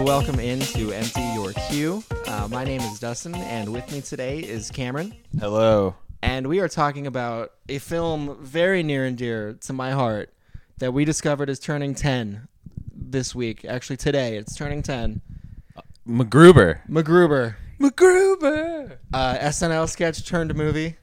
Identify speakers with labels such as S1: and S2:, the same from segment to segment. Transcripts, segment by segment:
S1: welcome in to Empty Your Queue. Uh, my name is Dustin, and with me today is Cameron.
S2: Hello.
S1: And we are talking about a film very near and dear to my heart that we discovered is turning 10 this week. Actually, today it's turning 10.
S2: MacGruber.
S1: MacGruber,
S2: MacGruber.
S1: uh, SNL sketch turned movie.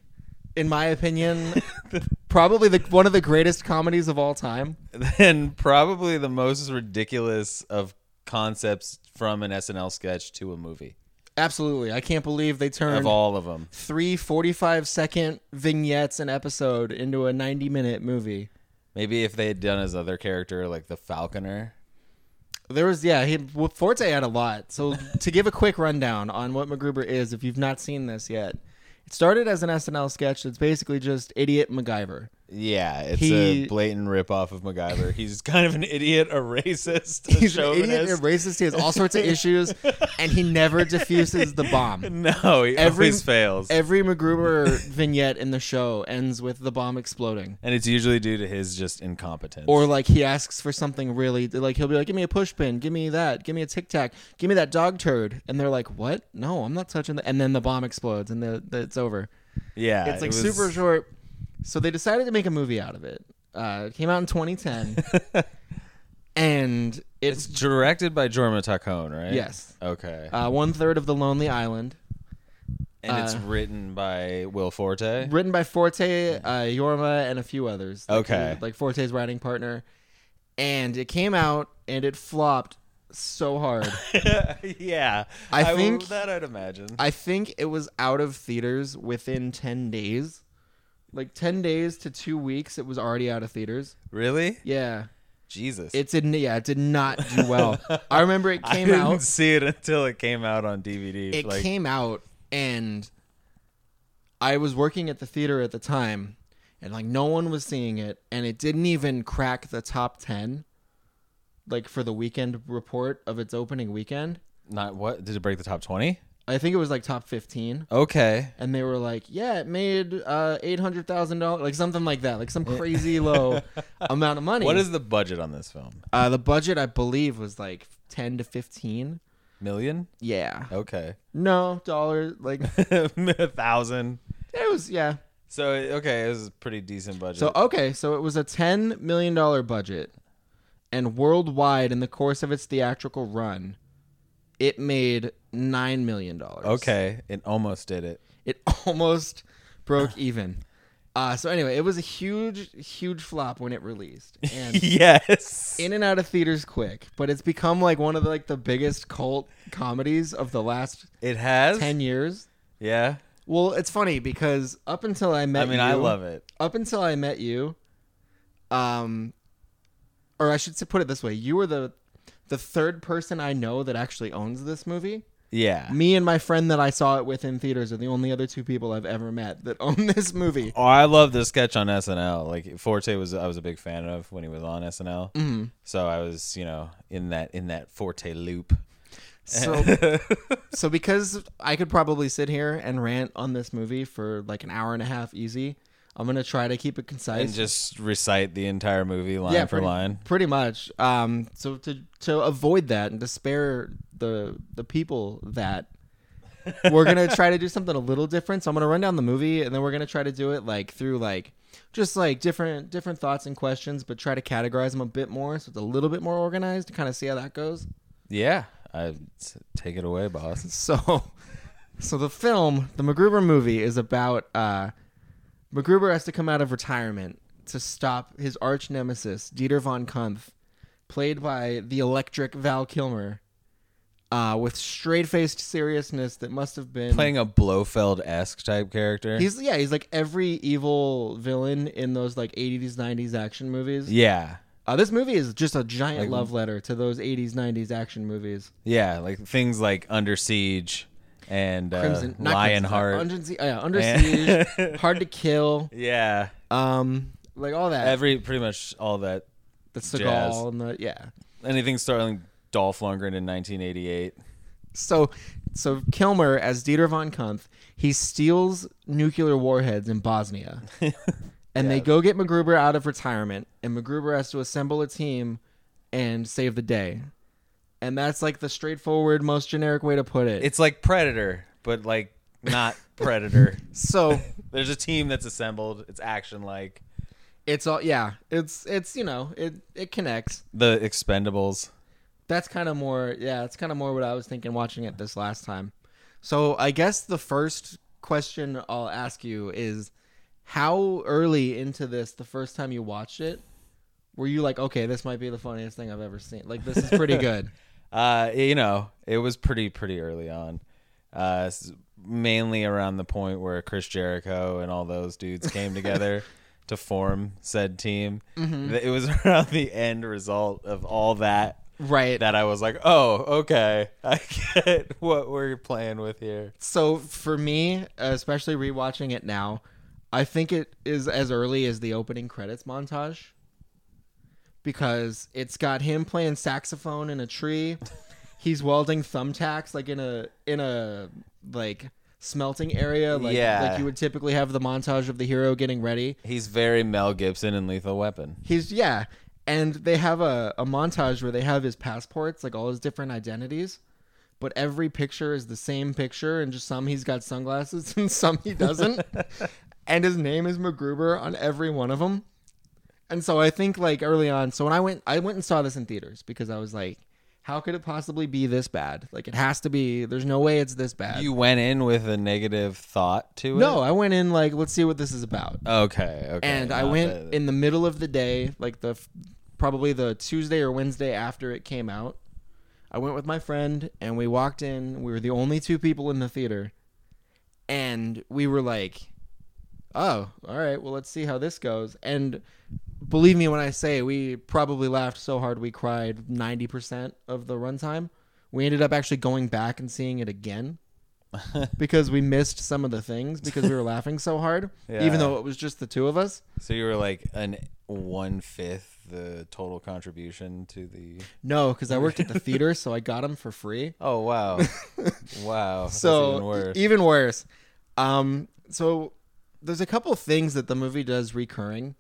S1: In my opinion, probably the, one of the greatest comedies of all time.
S2: And probably the most ridiculous of concepts from an SNL sketch to a movie
S1: Absolutely. I can't believe they turned
S2: of all of them.
S1: three 45 second vignettes an episode into a 90 minute movie.
S2: Maybe if they had done his other character, like the Falconer.
S1: There was, yeah, he, well, Forte had a lot. So, to give a quick rundown on what MacGruber is, if you've not seen this yet, it started as an SNL sketch that's basically just Idiot MacGyver.
S2: Yeah, it's
S1: He-
S2: a blatant ripoff of MacGyver. He's kind of an idiot, a racist, a
S1: He's
S2: chauvinist.
S1: an idiot, and racist, he has all sorts of issues, and he never diffuses the bomb.
S2: No, he
S1: Every-
S2: always fails,
S1: Every MacGruber vignette in the show ends with the bomb exploding.
S2: and it's usually due to his just incompetence.
S1: Or like he asks for something really like he'll be like, Give me a pushpin, give me that, give me a tic tac, give me that dog turd and they're like, What? No, I'm not touching that and then the bomb explodes and the, the, it's over.
S2: yeah,
S1: It's
S2: it
S1: like
S2: was-
S1: super short. So they decided to make a movie out of it. Uh, it came out in twenty ten. and
S2: It's
S1: it's
S2: directed by Jorma Tacone, right?
S1: Yes.
S2: Okay.
S1: uh, one third of the Lonely Island.
S2: and it's
S1: uh,
S2: written by Will Forte.
S1: written by Forte, uh, Yorma, and a few others. Like,
S2: Okay.
S1: he- like Forte's writing partner, and it came out and it flopped so hard.
S2: yeah,
S1: I
S2: will-
S1: think-
S2: that I'd imagine.
S1: I think it was out of theaters within ten days, like ten days to two weeks. It was already out of theaters.
S2: really?
S1: Yeah,
S2: Jesus,
S1: it did. Yeah, it did not do well. I remember it
S2: I
S1: came
S2: didn't
S1: out.
S2: see it until it came out on DVD.
S1: It
S2: like,
S1: came out and I was working at the theater at the time and like no one was seeing it and it didn't even crack the top 10 like for the weekend report of its opening weekend.
S2: not what did it break the top twenty?
S1: I think it was like top 15
S2: Okay,
S1: and they were like, "Yeah, it made uh $800,000 like something like that, like some crazy low amount of money."
S2: what is the budget on this film?
S1: uh the budget I believe was like 10 to 15.
S2: Million?
S1: Yeah.
S2: Okay,
S1: No, dollar like it
S2: a thousand.
S1: was yeah.
S2: So okay, it was a pretty decent budget.
S1: So okay, so it was a ten million dollar budget, and worldwide in the course of its theatrical run, it made nine million dollars.
S2: okay, it almost did it.
S1: it almost broke even. Uh, so anyway, it was a huge, huge flop when it released, and
S2: yes.
S1: in and out of theaters quick. But it's become like one of the, like the biggest cult comedies of the last
S2: It has.
S1: ten years.
S2: yeah.
S1: Well, it's funny because up until I met,
S2: I mean, I
S1: you-
S2: love it.
S1: up until I met you, um, or I should s- put it this way: you were the the third person I know that actually owns this movie.
S2: Yeah.
S1: Me and my friend that I saw it with in theaters are the only other two people I've ever met that own this movie.
S2: Oh, I love the sketch on SNL. Like Forte was, I was a big fan of when he was on SNL.
S1: Mm-hmm.
S2: Mm. So I was, you know, in that in that Forte loop.
S1: So, so because I could probably sit here and rant on this movie for like an hour and a half easy, I'm gonna try to keep it concise.
S2: and just recite the entire movie line for
S1: pretty,
S2: line.
S1: pretty much. Um, so to to avoid that and to spare the the people that, we're gonna try to do something a little different. So I'm gonna run down the movie, and then we're gonna try to do it like through like just like different different thoughts and questions, but try to categorize them a bit more, so it's a little bit more organized to kind of see how that goes.
S2: Yeah, I s- take it away, boss.
S1: So, so the film, the MacGruber movie, is about uh, MacGruber has to come out of retirement to stop his arch nemesis Dieter von Kumpf, played by the electric Val Kilmer, uh, with straight faced seriousness that must have been
S2: Playing a Blofeld esque type character.
S1: He's yeah, he's like every evil villain in those like '80s '90s action movies.
S2: yeah,
S1: Uh, this movie is just a giant love letter to those '80s '90s action movies.
S2: yeah, like things like Under Siege and uh,
S1: Crimson, not
S2: Lionheart.
S1: Crimson, uh, Under, yeah,
S2: And-
S1: under siege, hard to kill.
S2: yeah,
S1: Um, like all that.
S2: every pretty much all that.
S1: the Seagal
S2: jazz.
S1: and the yeah.
S2: Anything starring Dolph Lundgren in 1988.
S1: So, so Kilmer as Dieter von Kumpf, he steals nuclear warheads in Bosnia, and they go get MacGruber out of retirement, and MacGruber has to assemble a team and save the day. and that's like the straightforward, most generic way to put it.
S2: It's like Predator, but like not Predator.
S1: so
S2: There's a team that's assembled. It's action like
S1: it's all yeah. It's it's you know it it connects.
S2: the Expendables.
S1: That's kind of more yeah. It's kind of more what I was thinking watching it this last time. So I guess the first question I'll ask you is, how early into this the first time you watched it were you like okay this might be the funniest thing I've ever seen like this is pretty good.
S2: Uh, you know, it was pretty pretty early on. Uh, s- mainly around the point where Chris Jericho and all those dudes came together to form said team. Th- It was around the end result of all that
S1: Right.
S2: that I was like, "Oh, okay. I get what we're playing with here."
S1: so for me, especially rewatching it now, I think it is as early as the opening credits montage because it's got him playing saxophone in a tree. He's welding thumbtacks like in a in a like smelting area like
S2: Yeah.
S1: like you would typically have the montage of the hero getting ready.
S2: He's very Mel Gibson in Lethal Weapon.
S1: He's yeah, and they have a, a montage where they have his passports, like all his different identities, but every picture is the same picture, and just some he's got sunglasses and some he doesn't, and his name is MacGruber on every one of them. And so I think like early on, so when I went, I went and saw this in theaters because I was like, how could it possibly be this bad? Like it has to be. There's no way it's this bad.
S2: You went in with a negative thought to it?
S1: no, I went in like, let's see what this is about.
S2: Okay, okay.
S1: and I
S2: not
S1: went
S2: that-
S1: in the middle of the day, like the f- probably the Tuesday or Wednesday after it came out. I went with my friend and we walked in. We were the only two people in the theater, and we were like, "Oh, all right. Well, let's see how this goes." And believe me when I say we probably laughed so hard we cried ninety percent of the runtime. We ended up actually going back and seeing it again because we missed some of the things because we were laughing so hard,
S2: Yeah.
S1: even though it was just the two of us.
S2: So you were like an one fifth the total contribution to the.
S1: No, because I worked at the theater, so I got them for free.
S2: Oh wow, wow.
S1: So
S2: That's even worse.
S1: even worse. Um, so there's a couple of things that the movie does recurring.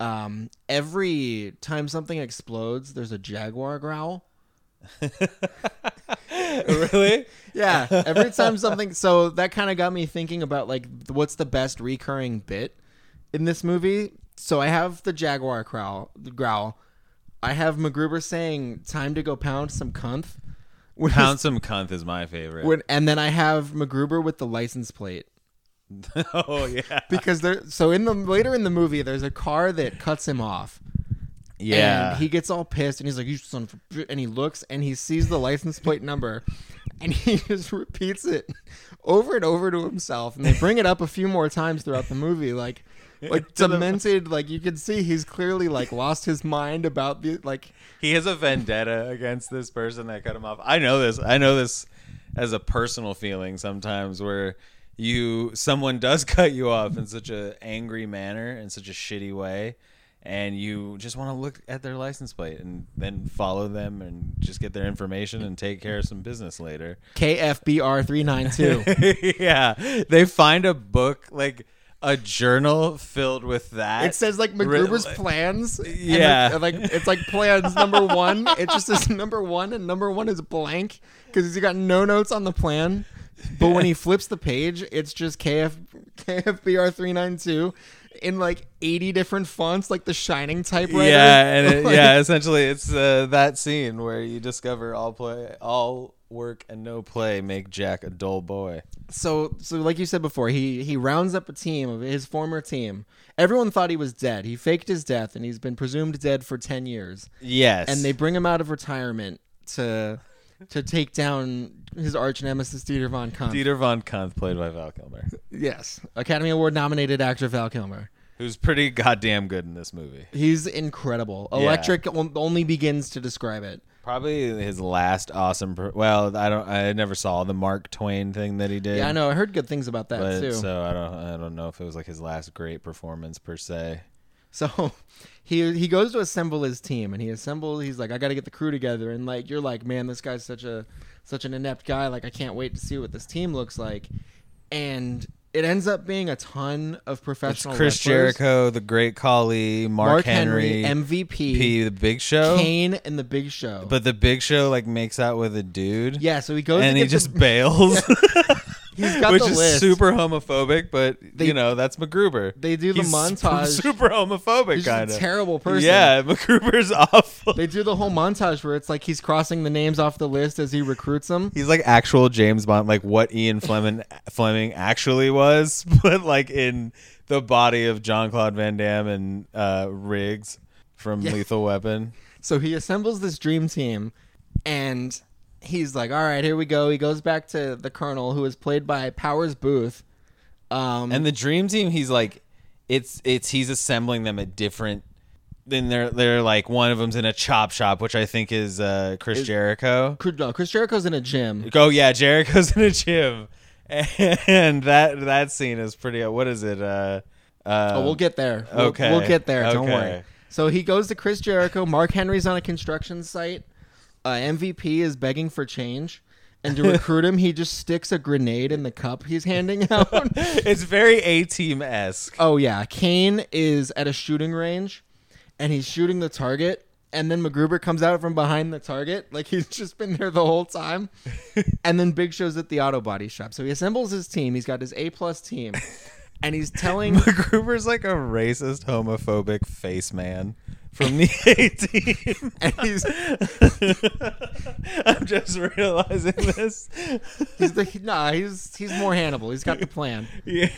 S1: Um, every time something explodes, there's a jaguar growl.
S2: really?
S1: Yeah, every time something. So that kind of got me thinking about like what's the best recurring bit in this movie. So I have the jaguar growl. Growl. I have MacGruber saying, "Time to go pound some cunth." Which is-
S2: Pound some cunt is my favorite.
S1: When, and then I have MacGruber with the license plate
S2: oh yeah,
S1: because there. So in the later in the movie, there's a car that cuts him off.
S2: yeah.
S1: And he gets all pissed and he's like, "You son of a," bi-" and he looks and he sees the license plate number, and he just repeats it over and over to himself. And they bring it up a few more times throughout the movie, like. Like
S2: To the-
S1: demented, like you can see, he's clearly like lost his mind about the like.
S2: he has a vendetta against this person that cut him off. I know this. I know this as a personal feeling sometimes where you someone does cut you off in such a angry manner in such a shitty way and you just want to look at their license plate and then follow them and just get their information and take care of some business later.
S1: KFBR three nine two.
S2: yeah. They find a book like a journal filled with that.
S1: It says like
S2: Re-
S1: MacGruber's plans. and
S2: Yeah.
S1: it- like it's like plans number one. It just says number one, and number one is blank because he's got no notes on the plan. But when he flips the page, it's just KF KFBR three nine two in like eighty different fonts, like the Shining typewriter.
S2: Yeah, and it,
S1: Like,
S2: yeah, essentially it's uh, that scene where you discover all play, all work and no play make Jack a dull boy.
S1: So so like you said before, he he rounds up a team of his former team. Everyone thought he was dead. He faked his death, and he's been presumed dead for ten years.
S2: Yes,
S1: and they bring him out of retirement to to take down his arch nemesis Dieter von Kunt.
S2: Dieter von Kunt played by Val Kilmer,
S1: Yes, Academy Award nominated actor Val Kilmer.
S2: who's pretty goddamn good in this movie.
S1: He's incredible. Electric on- only begins to describe it.
S2: Probably his last awesome. Per- well, I don't. I never saw the Mark Twain thing that he did.
S1: Yeah, I know. I heard good things about that
S2: But, uh,
S1: too. So,
S2: so I don't. I don't know if it was like his last great performance per se.
S1: he he goes to assemble his team, and he assembles. He's like, I got to get the crew together, and like you're like, man, this guy's such a such an inept guy. Like I can't wait to see what this team looks like. And it ends up being a ton of
S2: It's
S1: professional
S2: Chris
S1: wrestlers.
S2: Jericho, the Great Khali, Mark,
S1: Mark
S2: Henry,
S1: Henry, MVP,
S2: P, the Big Show.
S1: Kane, and The Big Show.
S2: But the Big Show like makes out with a dude.
S1: yeah, so he goes
S2: And
S1: to
S2: he
S1: get
S2: just
S1: the,
S2: bails.
S1: he's got
S2: which
S1: the
S2: is
S1: list.
S2: super homophobic, but
S1: They-
S2: you know that's MacGruber.
S1: They do the
S2: He's
S1: montage.
S2: Super homophobic,
S1: He's
S2: kind
S1: just a
S2: of.
S1: terrible person.
S2: Yeah, MacGruber's awful.
S1: They do the whole montage where it's like he's crossing the names off the list as he recruits them.
S2: He's like actual James Bond, like what Ian Fleming Fleming actually was, but like in the body of John Claude Van Damme and uh, Riggs from Lethal Weapon.
S1: So he assembles this dream team and he's like, all right, here we go. He goes back to the colonel who is played by Powers Booth. Um,
S2: And the dream team, he's like, it's it's he's assembling them at different. Then they're they're like one of them's in a chop shop, which I think is uh, Chris Jericho.
S1: Chris- no, Chris Jericho's in a gym.
S2: Oh yeah, Jericho's in a gym, and that that scene is pretty. What is it? Uh, uh,
S1: Oh, we'll get there. We'll,
S2: okay.
S1: We'll get there. Don't
S2: Okay.
S1: worry. So he goes to Chris Jericho. Mark Henry's on a construction site. Uh, MVP is begging for change. And to recruit him, he just sticks a grenade in the cup he's handing out.
S2: it's very A Team esque.
S1: oh, yeah. Kane is at a shooting range and he's shooting the target. And then MacGruber comes out from behind the target. Like he's just been there the whole time. and then Big Show's at the auto body shop. So he assembles his team. He's got his A plus team. And he's telling
S2: MacGruber's like a racist, homophobic face man from the A Team.
S1: and he's
S2: I'm just realizing this.
S1: He's the nah. He's he's more Hannibal. He's got the plan.
S2: Yeah,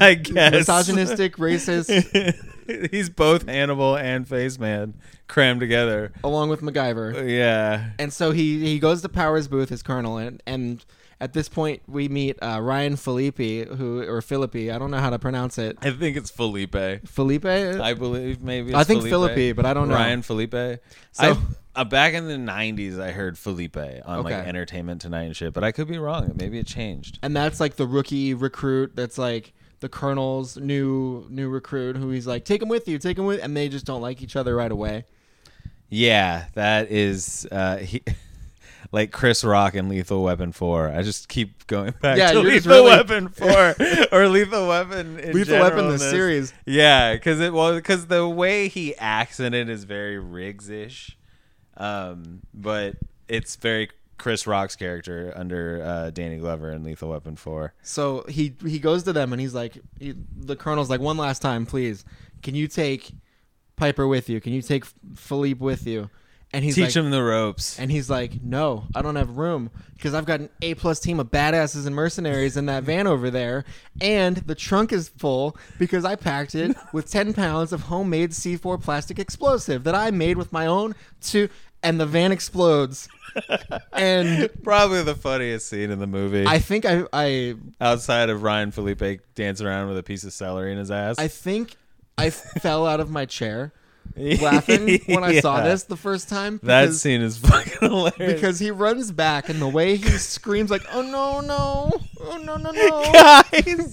S2: I guess
S1: Misogynistic, racist,
S2: He's both Hannibal and Face Man crammed together.
S1: along with MacGyver.
S2: Yeah.
S1: And so he he goes to Powers Booth as Colonel, and and at this point we meet uh, Ryan Filippi, who or Filippi. I don't know how to pronounce it.
S2: I think it's Felipe.
S1: Felipe.
S2: I believe maybe.
S1: I
S2: it's
S1: think
S2: Felipe.
S1: Felipe, but I don't know.
S2: Ryan Felipe.
S1: So-
S2: I uh, back in the '90s, I heard Felipe on like
S1: Okay.
S2: Entertainment Tonight and shit, but I could be wrong. Maybe it changed.
S1: and that's like the rookie recruit. That's like the Colonel's new new recruit, who he's like, take him with you, take him with, and they just don't like each other right away.
S2: Yeah, that is uh, he. Like Chris Rock in Lethal Weapon 4. I just keep going back
S1: Yeah,
S2: to
S1: you're just
S2: Lethal
S1: really-
S2: Weapon 4 or Lethal Weapon in
S1: Lethal
S2: general
S1: Weapon,
S2: in
S1: the
S2: this.
S1: series.
S2: Yeah, because it was because the way he acts in it is very Riggs ish, um, but it's very Chris Rock's character under uh, Danny Glover in Lethal Weapon Four.
S1: So he he goes to them and he's like, he, the colonel's like, one last time, please, can you take Piper with you? Can you take F- Philippe with you? And he's like,
S2: Teach him the ropes.
S1: and he's like, no, I don't have room because I've got an A plus team of badasses and mercenaries in that van over there, and the trunk is full because I packed it with ten pounds of homemade C four plastic explosive that I made with my own two, and the van explodes, and.
S2: Probably the funniest scene in the movie,
S1: I think I, I
S2: outside of Ryan Felipe dancing around with a piece of celery in his ass.
S1: I think I fell out of my chair laughing when I saw
S2: Yeah.
S1: this the first time.
S2: That
S1: Because,
S2: scene is fucking hilarious.
S1: because he runs back and the way he screams like, "Oh no, no, oh no, no, no,
S2: guys,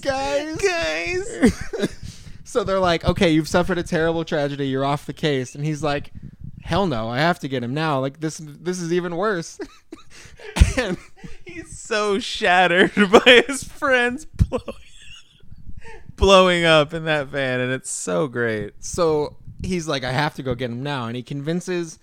S1: guys!"
S2: guys,
S1: so they're like, "Okay, you've suffered a terrible tragedy. You're off the case." And he's like, "Hell no, I have to get him now. Like this, this is even worse." and
S2: he's so shattered by his friends blowing, blowing up in that van, and it's so great.
S1: so he's like, I have to go get him now, and he convinces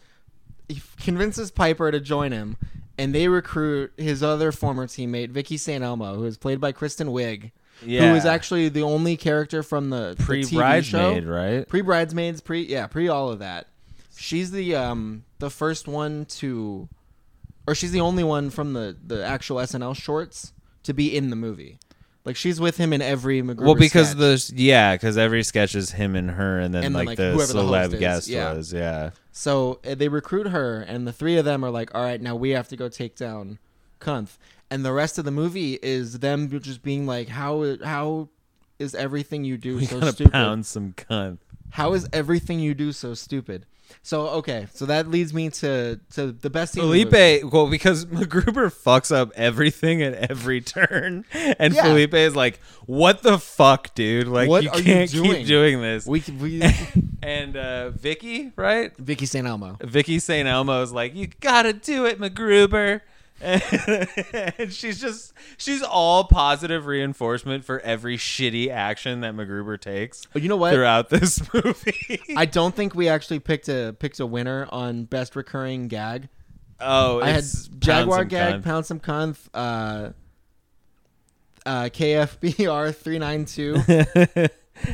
S1: he convinces Piper to join him, and they recruit his other former teammate Vicky San Elmo, who is played by Kristen Wiig, who is
S2: Yeah.
S1: actually the only character from the pre
S2: Pre
S1: bridesmaid,
S2: bridesmaid, right?
S1: pre bridesmaids, pre yeah, pre all of that. She's the um the first one to, or she's the only one from the the actual SNL shorts to be in the movie. Like she's with him in every MacGruber
S2: well, because
S1: sketch.
S2: the yeah, because every sketch is him and her, and then
S1: And then,
S2: like,
S1: like,
S2: the
S1: whoever the
S2: celeb
S1: host is,
S2: guest
S1: yeah.
S2: was, yeah.
S1: So uh, they recruit her, and the three of them are like, "All right, now we have to go take down Kunth." And the rest of the movie is them just being like, "How how is everything you do
S2: We
S1: so
S2: gotta
S1: stupid?
S2: pound some cunt.
S1: How is everything you do so stupid?" So okay, so that leads me to to the best scene. in the movie.
S2: Felipe, well, because MacGruber fucks up everything at every turn, and
S1: Yeah.
S2: Felipe is like, "What the fuck, dude? Like,
S1: What
S2: you
S1: are you
S2: can't
S1: doing?"
S2: keep doing this."
S1: we we
S2: and uh, Vicky, right?
S1: Vicky San Elmo.
S2: Vicky St. Elmo is like, "You gotta do it, MacGruber." and she's just she's all positive reinforcement for every shitty action that MacGruber takes
S1: Oh, you know what?
S2: throughout this movie.
S1: I don't think we actually picked a picked a winner on best recurring gag.
S2: oh,
S1: I had
S2: it's
S1: Jaguar
S2: Pounce and
S1: gag,
S2: Con.
S1: Pound Some Con, uh, uh, KFBR three nine two,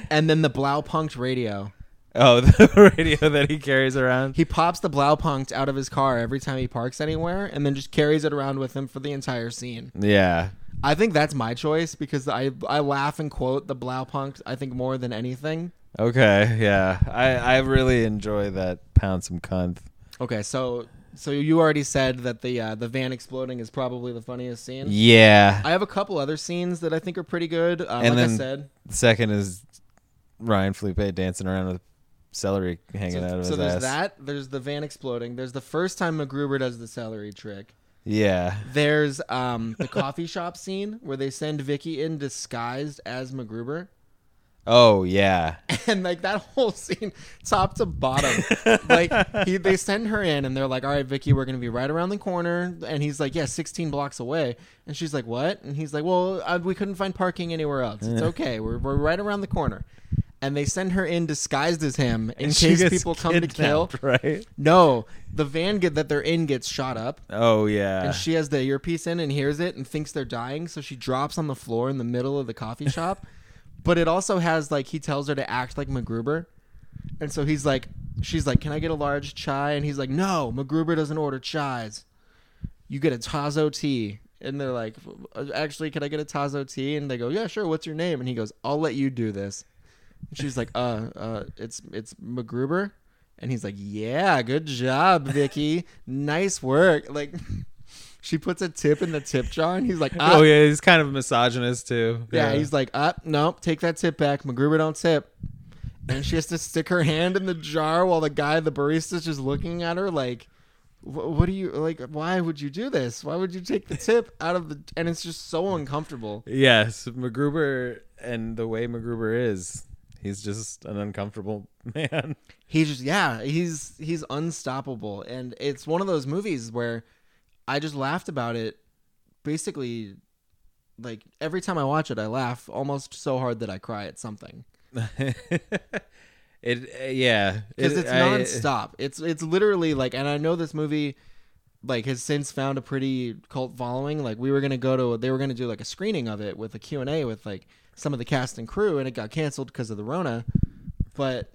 S1: and then the Blaupunkt radio.
S2: oh, the radio that he carries around.
S1: He pops the Blaupunkt out of his car every time he parks anywhere, and then just carries it around with him for the entire scene.
S2: Yeah.
S1: I think that's my choice because I I laugh and quote the Blaupunkt. I think more than anything.
S2: Okay. Yeah. I I really enjoy that pound some cunt.
S1: Okay, so so you already said that the uh, the van exploding is probably the funniest scene.
S2: Yeah.
S1: I have a couple other scenes that I think are pretty good. Uh,
S2: And
S1: like I
S2: then
S1: said,
S2: Second is Ryan Felipe dancing around with celery hanging
S1: so,
S2: out of
S1: so
S2: his
S1: there's
S2: ass.
S1: that. There's the van exploding. There's the first time MacGruber does the celery trick.
S2: Yeah.
S1: There's um, the coffee shop scene where they send Vicky in disguised as MacGruber.
S2: Oh yeah.
S1: and like that whole scene top to bottom like he, they send her in and they're like all right vicky we're gonna be right around the corner and he's like yeah 16 blocks away and she's like what and he's like well uh we couldn't find parking anywhere else it's okay we're, we're right around the corner and they send her in disguised as him in
S2: And she
S1: case
S2: gets
S1: people come to kill
S2: kidnapped, Right.
S1: no the van get, that they're in gets shot up
S2: Oh yeah.
S1: and she has the earpiece in and hears it and thinks they're dying, so she drops on the floor in the middle of the coffee shop. But it also has like he tells her to act like MacGruber, and so he's like, she's like, "Can I get a large chai?" And he's like, "No, MacGruber doesn't order chais. You get a Tazo tea." And they're like, "Uh, "Actually, can I get a Tazo tea?" And they go, "Yeah, sure. What's your name?" And he goes, "I'll let you do this." And she's like, uh, uh, it's it's MacGruber. And he's like, Yeah, good job, Vicky. nice work. Like she puts a tip in the tip jar and he's like, ah.
S2: oh yeah. He's kind of misogynist too.
S1: Yeah, he's like, Up, nope, take that tip back. MacGruber don't tip. And she has to stick her hand in the jar while the guy, the barista's just looking at her like "Wh- what do you like? Why would you do this? Why would you take the tip out of the? And it's just so uncomfortable.
S2: Yes, MacGruber and the way MacGruber is, he's just an uncomfortable man.
S1: he just yeah he's he's unstoppable and it's one of those movies where i just laughed about it basically like every time i watch it i laugh almost so hard that i cry at something
S2: it uh, yeah,
S1: because
S2: it-
S1: it's
S2: I-
S1: nonstop it's it's literally like and i know this movie like has since found a pretty cult following like we were gonna go to they were gonna do like a screening of it with a q&a with like some of the cast and crew and it got canceled because of the rona but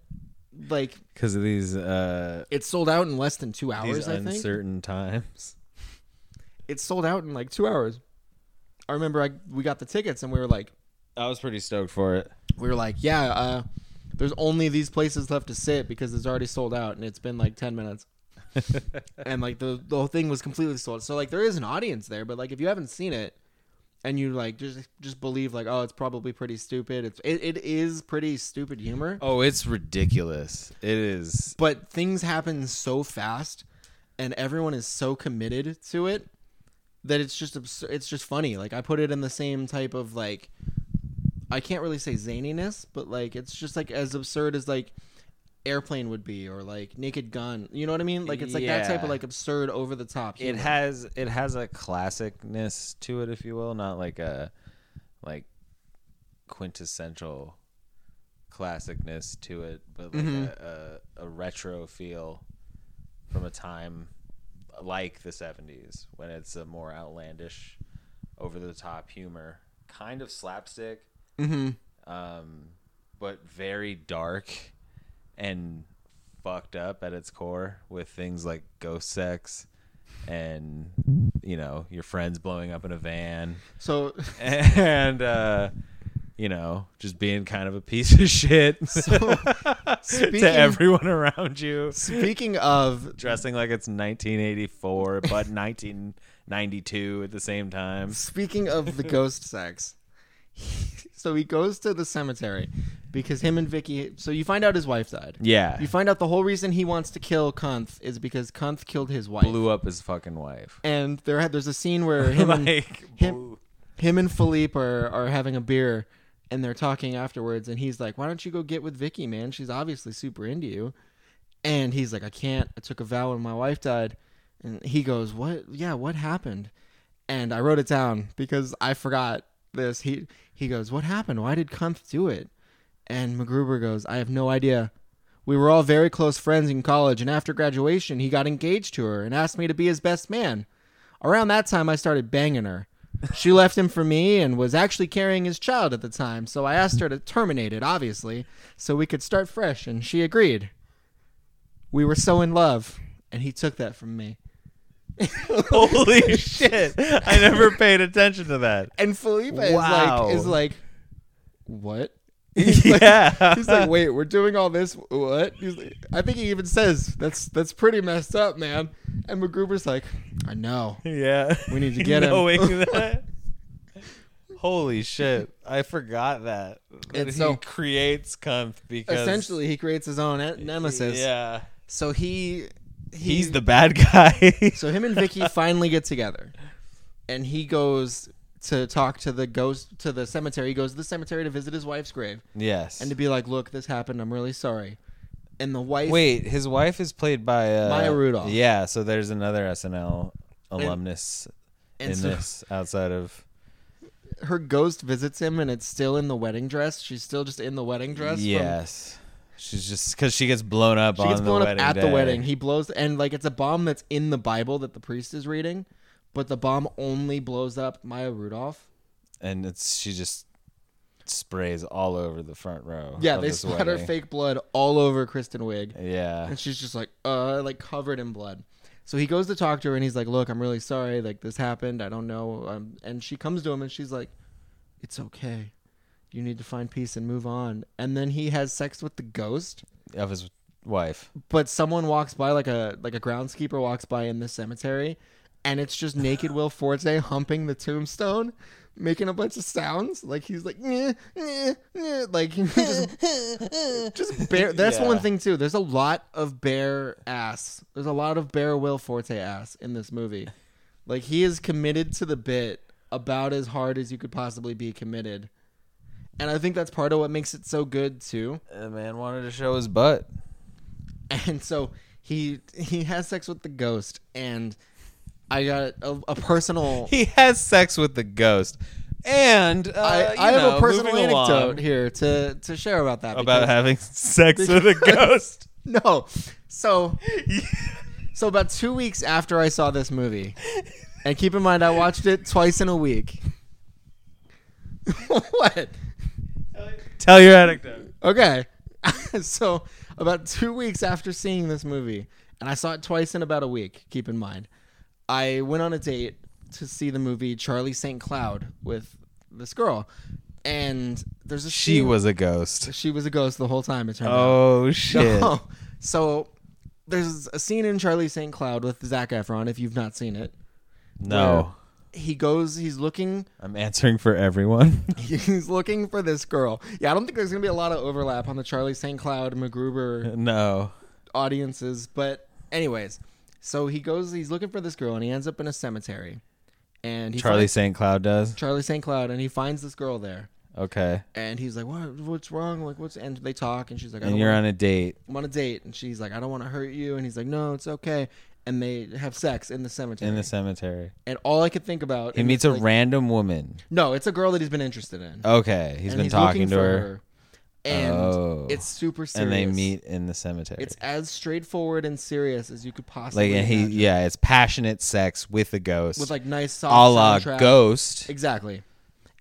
S1: like
S2: because of these uh
S1: it sold out in less than two hours
S2: these
S1: i think
S2: uncertain times.
S1: it sold out in like two hours. I remember I we got the tickets and we were like
S2: I was pretty stoked for it.
S1: we were like yeah uh, there's only these places left to sit because it's already sold out and it's been like ten minutes and like the the whole thing was completely sold so like there is an audience there but like if you haven't seen it and you like just just believe like oh it's probably pretty stupid it's it, it is pretty stupid humor
S2: Oh, it's ridiculous. It is.
S1: but things happen so fast and everyone is so committed to it that it's just abs- it's just funny like i put it in the same type of like i can't really say zaniness but like it's just like as absurd as like airplane would be or like naked gun you know what i mean like it's like that type
S2: Yeah.
S1: of like absurd over the top
S2: It has it has a classicness to it, if you will, not like a like quintessential classicness to it, but like a, a, a retro feel from a time like the '70s when it's a more outlandish, over the top humor, kind of slapstick, um, but very dark and fucked up at its core with things like ghost sex and you know your friends blowing up in a van
S1: so
S2: and uh you know just being kind of a piece of shit
S1: so speaking-
S2: to everyone around you
S1: speaking of
S2: dressing like it's 1984 but 1992 at the same time
S1: Speaking of the ghost sex, so he goes to the cemetery because him and Vicky. So you find out his wife died.
S2: yeah
S1: You find out the whole reason he wants to kill Kunth is because Kunth killed his wife.
S2: blew up his fucking wife
S1: And there had there's a scene where him and,
S2: like
S1: him-
S2: blew-
S1: him and Philippe are, are having a beer and they're talking afterwards and he's like, "Why don't you go get with Vicky, man? She's obviously super into you." And he's like, "I can't. I took a vow when my wife died." And he goes, "What? Yeah, what happened?" And I wrote it down because I forgot this. He he goes, "What happened? Why did Kumpf do it?" And MacGruber goes, "I have no idea. We were all very close friends in college, and after graduation, he got engaged to her and asked me to be his best man. Around that time, I started banging her." she left him for me and was actually carrying his child at the time, so I asked her to terminate it, obviously, so we could start fresh, and she agreed. We were so in love, and he took that from me.
S2: Holy shit! I never paid attention to that.
S1: And Felipe
S2: Wow.
S1: is like, is like, what?
S2: yeah.
S1: He's like, wait, we're doing all this. What? He's like, I think he even says that's that's pretty messed up, man. And MacGruber's like, I know.
S2: yeah.
S1: We need to get him.
S2: Knowing that. Holy shit! I forgot that. that
S1: And
S2: he
S1: so-
S2: creates Kumpf because
S1: Essentially, he creates his own en- nemesis.
S2: Yeah.
S1: So he, he
S2: He's the bad guy.
S1: So him and Vicky finally get together, and he goes to talk to the ghost to the cemetery. He goes to the cemetery to visit his wife's grave
S2: yes.
S1: and to be like, "Look, this happened. I'm really sorry." And the wife,
S2: Wait, his wife is played by uh,
S1: Maya Rudolph.
S2: Yeah, so there's another SNL alumnus
S1: and
S2: in
S1: so
S2: this outside of
S1: her ghost visits him, and it's still in the wedding dress. She's still just in the wedding dress. from-
S2: yes. She's just because she gets blown up.
S1: she gets
S2: on
S1: blown
S2: the
S1: up
S2: wedding
S1: at the
S2: day.
S1: wedding. He blows, and like it's a bomb that's in the Bible that the priest is reading, but the bomb only blows up Maya Rudolph.
S2: and it's she just sprays all over the front row.
S1: Yeah,
S2: of
S1: they
S2: this
S1: splatter
S2: wedding.
S1: fake blood all over Kristen Wiig.
S2: Yeah,
S1: And she's just like, uh, like covered in blood. So he goes to talk to her and he's like, look, I'm really sorry. Like, this happened. I don't know. Um, and she comes to him and she's like, it's okay. You need to find peace and move on. And then he has sex with the ghost,
S2: of his wife.
S1: but someone walks by, like a like a groundskeeper walks by in the cemetery, and it's just naked Will Forte humping the tombstone, making a bunch of sounds. Like he's like, "Nyeh, nyeh, nyeh," like just just bare. That's
S2: Yeah.
S1: one thing too. There's a lot of bare ass. There's a lot of bare Will Forte ass in this movie. Like he is committed to the bit about as hard as you could possibly be committed, and I think that's part of what makes it so good too.
S2: The man wanted to show his butt.
S1: And so he he has sex with the ghost, and I got a, a personal.
S2: He has sex with the ghost, and uh,
S1: I,
S2: you
S1: I have
S2: know,
S1: a personal
S2: moving
S1: anecdote
S2: along
S1: here to to share about that.
S2: about
S1: because-
S2: having sex with a ghost.
S1: no, so So about two weeks after I saw this movie, and keep in mind I watched it twice in a week. what?
S2: Tell your anecdote.
S1: Okay. so about two weeks after seeing this movie, and I saw it twice in about a week, keep in mind. I went on a date to see the movie Charlie St. Cloud with this girl. And there's a
S2: She
S1: scene-
S2: was a ghost.
S1: she was a ghost the whole time, it turned out.
S2: Oh shit!
S1: So, so there's a scene in Charlie St. Cloud with Zach Efron, if you've not seen it.
S2: No,
S1: He goes, he's looking,
S2: I'm answering for everyone.
S1: he's looking for this girl. Yeah, I don't think there's going to be a lot of overlap on the Charlie St. Cloud MacGruber
S2: no.
S1: audiences, but anyways, so he goes, he's looking for this girl, and he ends up in a cemetery, and he
S2: Charlie
S1: finds-
S2: St. Cloud does.
S1: Charlie St. Cloud, and he finds this girl there,
S2: Okay.
S1: and he's like, what, what's wrong? Like, what's? And they talk, and she's like, I
S2: And
S1: don't
S2: you're
S1: wanna-
S2: on a date.
S1: I'm on a date, and she's like, I don't want to hurt you, and he's like, No, it's okay. And they have sex in the cemetery.
S2: in the cemetery.
S1: and all I could think about
S2: He
S1: and it's
S2: meets a
S1: like-
S2: random woman.
S1: no, it's a girl that he's been interested in.
S2: Okay, he's
S1: and
S2: been
S1: he's
S2: talking
S1: looking
S2: to
S1: for
S2: her,
S1: and
S2: Oh.
S1: it's super serious.
S2: and they meet in the cemetery.
S1: It's as straightforward and serious as you could possibly
S2: like and he,
S1: imagine.
S2: yeah, it's passionate sex with a ghost,
S1: with like nice soft
S2: a la
S1: soundtrack.
S2: ghost
S1: Exactly.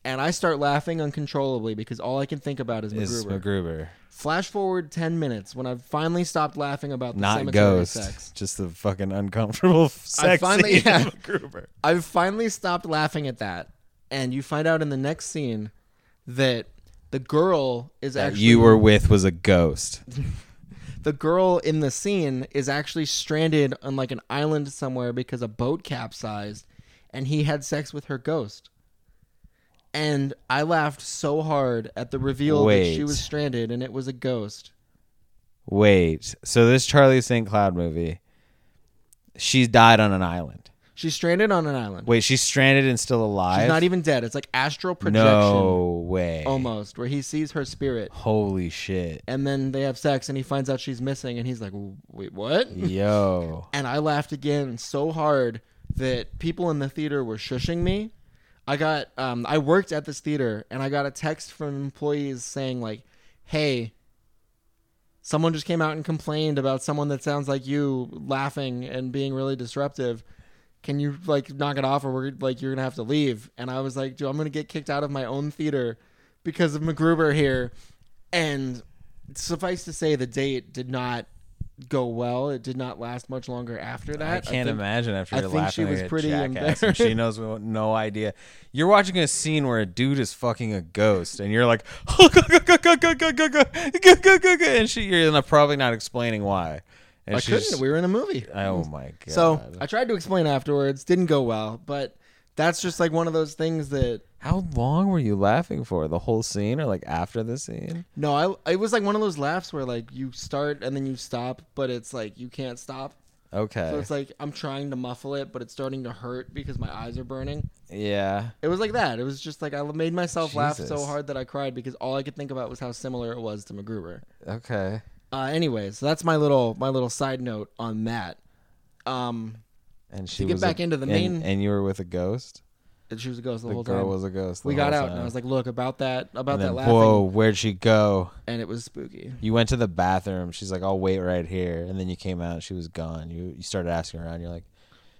S1: And I start laughing uncontrollably because all I can think about is
S2: is
S1: MacGruber.
S2: MacGruber,
S1: Flash forward ten minutes when I've finally stopped laughing about the
S2: not
S1: cemetery
S2: ghost.
S1: sex.
S2: Just the fucking uncomfortable sex
S1: finally-
S2: scene
S1: yeah.
S2: of MacGruber.
S1: I've finally stopped laughing at that, and you find out in the next scene that the girl is actually
S2: you were with was a ghost.
S1: the girl in the scene is actually stranded on like an island somewhere because a boat capsized and he had sex with her ghost. And I laughed so hard at the reveal that she
S2: Wait.
S1: was stranded and it was a ghost.
S2: Wait, so this Charlie St. Cloud movie, she died on an island.
S1: She's stranded on an island.
S2: Wait, she's stranded and still alive.
S1: She's not even dead. It's like astral projection, Oh
S2: No way.
S1: almost, where he sees her spirit,
S2: Holy shit.
S1: and then they have sex, and he finds out she's missing, and he's like, "Wait, what?"
S2: Yo.
S1: and I laughed again so hard that people in the theater were shushing me. I got um, I worked at this theater and I got a text from employees saying like, "Hey, someone just came out and complained about someone that sounds like you laughing and being really disruptive. Can you like knock it off or we're like you're going to have to leave?" And I was like, "Dude, I'm going to get kicked out of my own theater because of MacGruber here." And suffice to say the date did not go well. It did not last much longer after that.
S2: I can't
S1: think-
S2: imagine after
S1: I
S2: you're
S1: think
S2: laughing
S1: she
S2: like
S1: was
S2: a
S1: pretty
S2: jackass and she knows we- no idea. You're watching a scene where a dude is fucking a ghost and you're like and she you're not, probably not explaining why. And
S1: I
S2: she's-
S1: couldn't. We were in a movie.
S2: Oh my god.
S1: So I tried to explain afterwards. Didn't go well, but that's just like one of those things that
S2: how long were you laughing for? The whole scene or like after the scene?
S1: no, I it was like one of those laughs where like you start and then you stop, but it's like you can't stop.
S2: Okay.
S1: So it's like I'm trying to muffle it, but it's starting to hurt because my eyes are burning.
S2: yeah.
S1: It was like that. It was just like I made myself laugh so
S2: Jesus.
S1: hard that I cried because all I could think about was how similar it was to MacGruber.
S2: Okay.
S1: Uh, anyway, so that's my little my little side note on that. Um,
S2: And she
S1: get
S2: was
S1: back
S2: a,
S1: into the
S2: and-
S1: main-
S2: and you were with a ghost?
S1: and she was a ghost the,
S2: The
S1: whole
S2: girl
S1: time.
S2: was a ghost. the
S1: we got
S2: whole
S1: out, and I
S2: time.
S1: was like, "Look about that about
S2: And
S1: that
S2: then,
S1: laughing,"
S2: Whoa, where'd she go?
S1: and it was spooky.
S2: You went to the bathroom. She's like, "I'll wait right here," and then you came out. and She was gone. You you started asking around. You're like,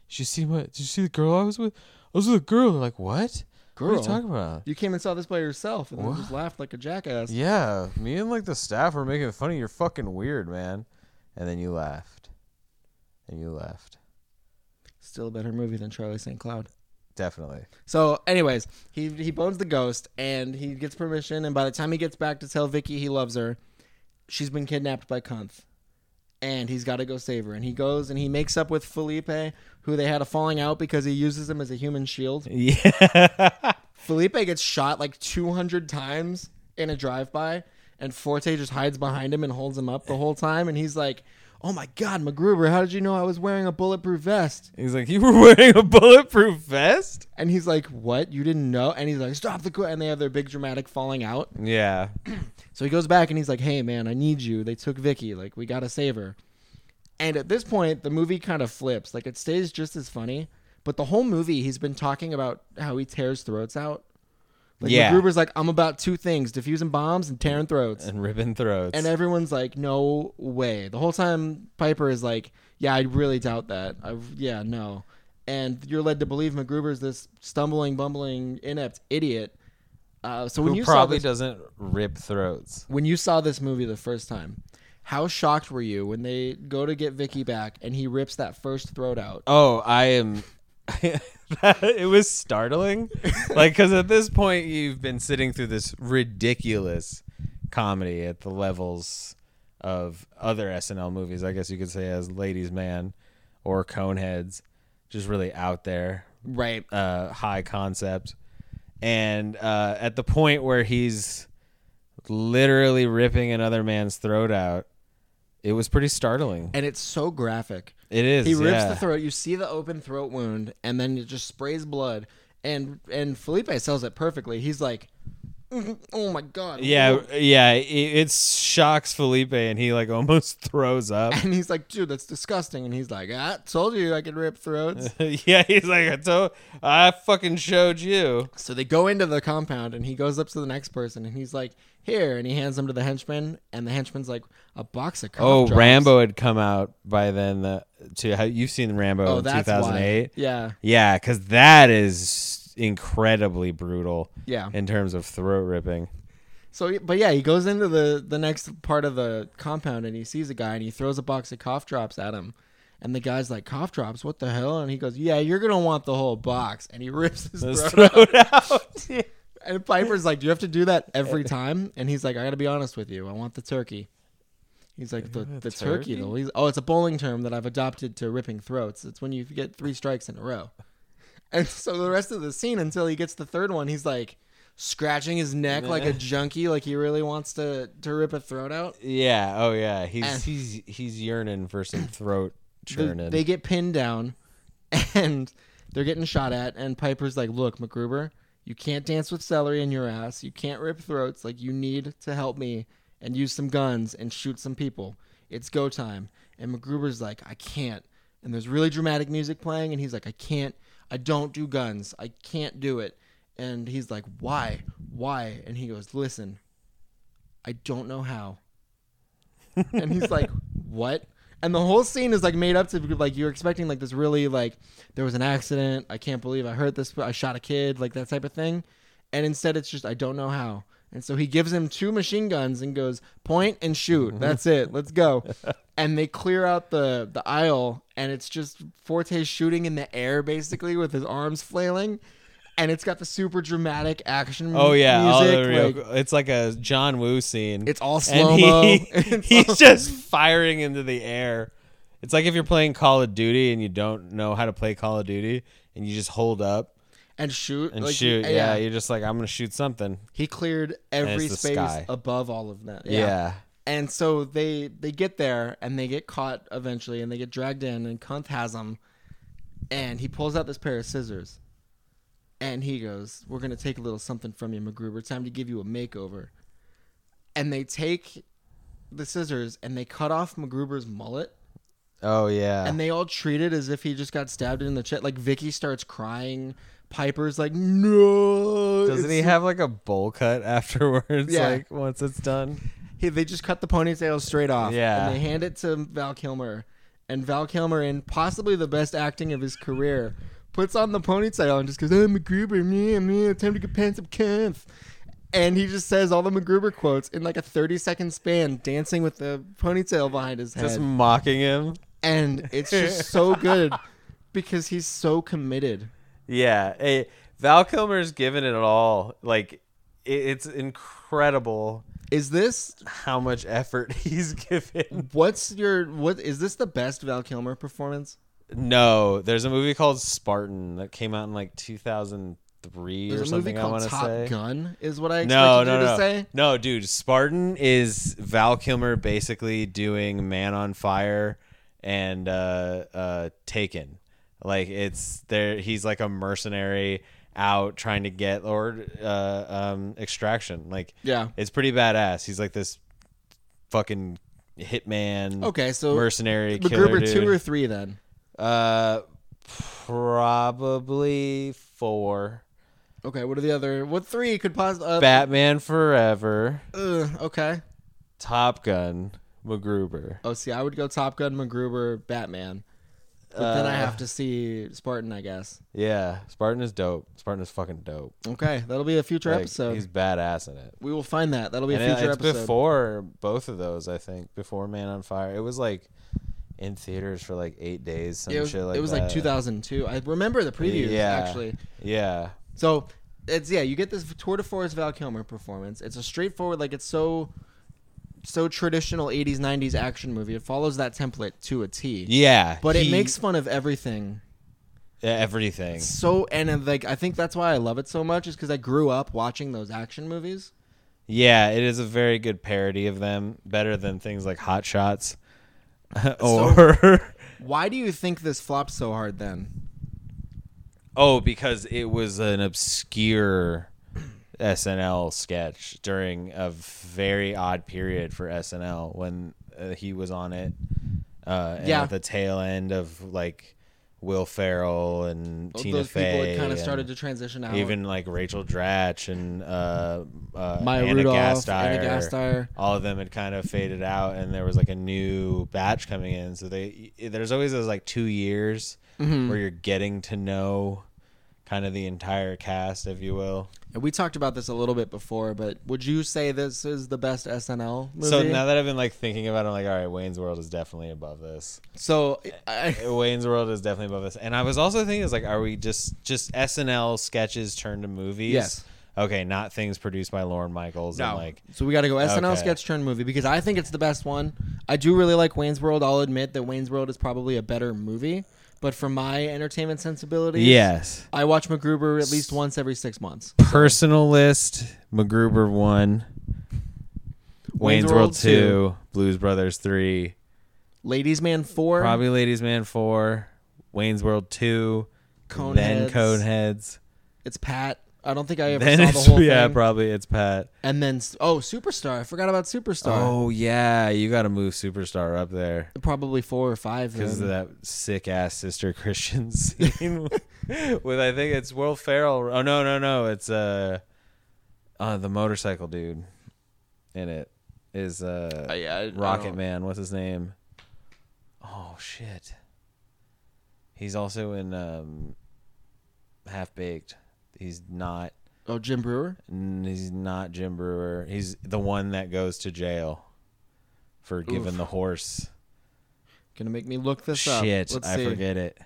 S2: "Did you see what? Did you see the girl I was with? I was with a girl." They're like, "What? What are
S1: Girl?
S2: you talking about?"
S1: You came and saw this by yourself and then just laughed like a jackass.
S2: Yeah, me and like the staff were making fun of you. You're fucking weird, man. And then you left. And you left.
S1: Still a better movie than Charlie St. Cloud.
S2: Definitely.
S1: So, anyways, he he bones the ghost and he gets permission. And by the time he gets back to tell Vicky he loves her, she's been kidnapped by Kunth, and he's got to go save her. And he goes and he makes up with Felipe, who they had a falling out because he uses him as a human shield.
S2: Yeah.
S1: Felipe gets shot like 200 times in a drive by, and Forte just hides behind him and holds him up the whole time. And he's like, Oh my God, MacGruber, how did you know I was wearing a bulletproof vest?
S2: He's like, "You were wearing a bulletproof vest."
S1: And he's like, What? You didn't know? And he's like, Stop the. Qu-. And they have their big dramatic falling out.
S2: Yeah.
S1: So he goes back and he's like, "Hey man, I need you. They took Vicky. Like we got to save her." And at this point, the movie kind of flips. Like it stays just as funny, but the whole movie he's been talking about how he tears throats out. Like
S2: Yeah.
S1: MacGruber's like, "I'm about two things: defusing bombs and tearing throats."
S2: And ribbon throats.
S1: And everyone's like, "No way." The whole time Piper is like, "Yeah, I really doubt that. I, yeah, no." And you're led to believe MacGruber's this stumbling, bumbling, inept idiot. Uh, so when
S2: who
S1: you saw
S2: probably
S1: this,
S2: doesn't rip throats.
S1: when you saw this movie the first time, how shocked were you when they go to get Vicky back and he rips that first throat out?
S2: Oh, I am. it was startling, like because at this point you've been sitting through this ridiculous comedy at the levels of other SNL movies. I guess you could say as Ladies Man or Coneheads, just really out there,
S1: Right.
S2: uh, high concept. And uh, at the point where he's literally ripping another man's throat out, it was pretty startling.
S1: And it's so graphic.
S2: It is.
S1: He rips
S2: yeah.
S1: the throat. You see the open throat wound, and then it just sprays blood. And and Felipe sells it perfectly. He's like, "Mhm, "Oh my god!"
S2: Yeah, yeah. It, it shocks Felipe, and he like almost throws up.
S1: And he's like, "Dude, that's disgusting." And he's like, "I told you I could rip throats."
S2: yeah, he's like, I told, I fucking showed you.
S1: So they go into the compound, and he goes up to the next person, and he's like, "Here," and he hands them to the henchman, and the henchman's like, "A box of cough
S2: Oh,
S1: drops."
S2: Rambo had come out by then. The to how you've seen Rambo
S1: Oh,
S2: in
S1: that's why.
S2: 2008.
S1: Yeah,
S2: Yeah, because that is incredibly brutal.
S1: Yeah.
S2: in terms of throat ripping.
S1: So, but yeah, he goes into the the next part of the compound and he sees a guy and he throws a box of cough drops at him, and the guy's like, "Cough drops? What the hell?" And he goes, "Yeah, you're gonna want the whole box," and he rips his
S2: His
S1: throat.
S2: throat out.
S1: And Piper's like, "Do you have to do that every time?" And he's like, "I gotta be honest with you. I want the turkey." He's like, "The the turkey
S2: turkey?
S1: though." He's, oh, it's a bowling term that I've adopted to ripping throats. It's when you get three strikes in a row. And so the rest of the scene until he gets the third one, he's like scratching his neck like a junkie, like he really wants to to rip a throat out.
S2: yeah. Oh yeah. He's
S1: And-
S2: he's he's yearning for some throat
S1: They-
S2: churning.
S1: they get pinned down, and they're getting shot at. And Piper's like, "Look, MacGruber, you can't dance with celery in your ass. You can't rip throats. Like you need to help me and use some guns and shoot some people. It's go time." And MacGruber's like, "I can't." And there's really dramatic music playing, and he's like, "I can't. I don't do guns. I can't do it." And he's like, "Why? Why?" And he goes, "Listen, I don't know how." and he's like, "What?" And the whole scene is like made up to be like you're expecting like this really like there was an accident. I can't believe I hurt this. I shot a kid, like that type of thing. And instead, it's just I don't know how. And so he gives him two machine guns and goes point and
S2: Mm-hmm.
S1: shoot. That's it. Let's go. And they clear out the the aisle, and it's just Forte shooting in the air basically with his arms flailing, and it's got the super dramatic action.
S2: Oh yeah, all the
S1: music,
S2: real-
S1: like,
S2: it's like a John Woo scene.
S1: it's all slow
S2: and
S1: mo.
S2: he, he's just firing into the air. It's like if you're playing Call of Duty and you don't know how to play Call of Duty and you just hold up
S1: and shoot
S2: and
S1: like,
S2: shoot. Yeah, you're just like I'm gonna shoot something.
S1: He cleared every
S2: it's the
S1: space
S2: sky.
S1: above all of that.
S2: Yeah.
S1: And so they they get there and they get caught eventually and they get dragged in and Kunt has them and he pulls out this pair of scissors and he goes, "We're gonna take a little something from you, MacGruber. Time to give you a makeover." And they take the scissors and they cut off MacGruber's mullet
S2: Oh yeah.
S1: and they all treat it as if he just got stabbed in the chest. Like Vicky starts crying. Piper's like, "No!"
S2: Doesn't he
S1: it's-
S2: have like a bowl cut afterwards?
S1: Yeah.
S2: Like once it's done.
S1: He, they just cut the ponytail straight off.
S2: Yeah.
S1: And they hand it to Val Kilmer. And Val Kilmer, in possibly the best acting of his career, puts on the ponytail and just goes, oh, MacGruber, meh, meh, time to get pants up, Kempf. And he just says all the MacGruber quotes in like a 30 second span, dancing with the ponytail behind his head.
S2: Just mocking him.
S1: and it's just so good because he's so committed.
S2: Yeah. Hey, Val Kilmer's given it all. Like it, it's incredible
S1: Is this
S2: how much effort he's given.
S1: what's your what is this the best Val Kilmer performance?
S2: No, there's a movie called Spartan that came out in like 2003 or
S1: There's a
S2: something.
S1: movie
S2: I
S1: called
S2: want to
S1: Top
S2: say.
S1: Gun is what I expected
S2: no, no,
S1: you
S2: no,
S1: to say.
S2: no, dude. Spartan is Val Kilmer basically doing Man on Fire and uh, uh, Taken. Like it's there. He's like a mercenary out trying to get or uh, um, extraction. Like
S1: Yeah.
S2: it's pretty badass. He's like this fucking hitman.
S1: Okay, so
S2: mercenary killer
S1: MacGruber
S2: dude.
S1: two or three then.
S2: Uh, probably four.
S1: Okay, what are the other? What three could possibly? Uh,
S2: Batman Forever,
S1: ugh, okay.
S2: Top Gun, MacGruber.
S1: Oh, see, I would go Top Gun, MacGruber, Batman. But then I
S2: Uh,
S1: have to see Spartan, I guess.
S2: Yeah, Spartan is dope. Spartan is fucking dope.
S1: Okay, that'll be a future
S2: Like, he's
S1: episode.
S2: badass in it.
S1: We will find that. That'll be a
S2: And it-
S1: future
S2: it's
S1: episode.
S2: before both of those, I think. Before Man on Fire, it was like in theaters for like eight days, some
S1: it was,
S2: shit like
S1: it was
S2: that.
S1: like 2002. I remember the previews
S2: Yeah.
S1: actually.
S2: Yeah,
S1: So it's yeah, you get this tour de force Val Kilmer performance. It's a straightforward, like it's so so traditional 80s 90s action movie. It follows that template to a T.
S2: yeah.
S1: But it
S2: he-
S1: makes fun of everything.
S2: everything.
S1: So and uh, like I think that's why I love it so much is because I grew up watching those action movies.
S2: Yeah, it is a very good parody of them, better than things like Hot Shots or
S1: Why do you think this flopped so hard then?
S2: oh, because it was an obscure SNL sketch during a very odd period for SNL when uh, he was on it. Uh, and
S1: Yeah.
S2: at the tail end of like Will Ferrell and Tina
S1: those
S2: Fey,
S1: people had kind of
S2: and
S1: started to transition out.
S2: even like Rachel Dratch and uh, uh,
S1: Maya
S2: Anna
S1: Rudolph,
S2: Gasteyer.
S1: Anna Gasteyer.
S2: all of them had kind of faded out and there was like a new batch coming in so they there's always those like two years where you're getting to know kind of the entire cast if you will
S1: And we talked about this a little bit before, but would you say this is the best SNL movie?
S2: so now that i've been like thinking about it i'm like all right wayne's world is definitely above this Uh,
S1: so I,
S2: wayne's world is definitely above this and i was also thinking is like are we just just snl sketches turned to movies
S1: Yes.
S2: okay not things produced by lauren michaels and like
S1: so we got to go SNL
S2: Okay.
S1: sketch turn movie because I think it's the best one. I do really like Wayne's World. I'll admit that Wayne's World is probably a better movie, but for my entertainment sensibilities,
S2: yes
S1: I watch MacGruber at least once every six months.
S2: Personal list, MacGruber one, Wayne's, World, two, Blues Brothers three,
S1: Ladies Man Four,
S2: probably Ladies Man four, Wayne's World Two,
S1: Coneheads.
S2: then Coneheads,
S1: It's Pat. I don't think I ever
S2: then
S1: saw
S2: it's
S1: the whole
S2: yeah,
S1: thing.
S2: probably it's Pat.
S1: and then oh, Superstar. I forgot about Superstar.
S2: Oh yeah, you got to move Superstar up there
S1: Probably four or five.
S2: because
S1: then.
S2: of that sick ass Sister Christian scene with I think it's Will Ferrell. Oh no no no, it's uh, uh the motorcycle dude in it is uh
S1: Uh, yeah, I- I
S2: Rocket
S1: don't-
S2: Man. What's his name? Oh shit. He's also in um, Half Baked. He's not.
S1: Oh, Jim Brewer.
S2: n- He's not Jim Brewer. He's the one that goes to jail for giving
S1: Oof.
S2: the horse.
S1: Gonna make me look this up.
S2: Shit,
S1: Let's
S2: I
S1: see.
S2: forget it.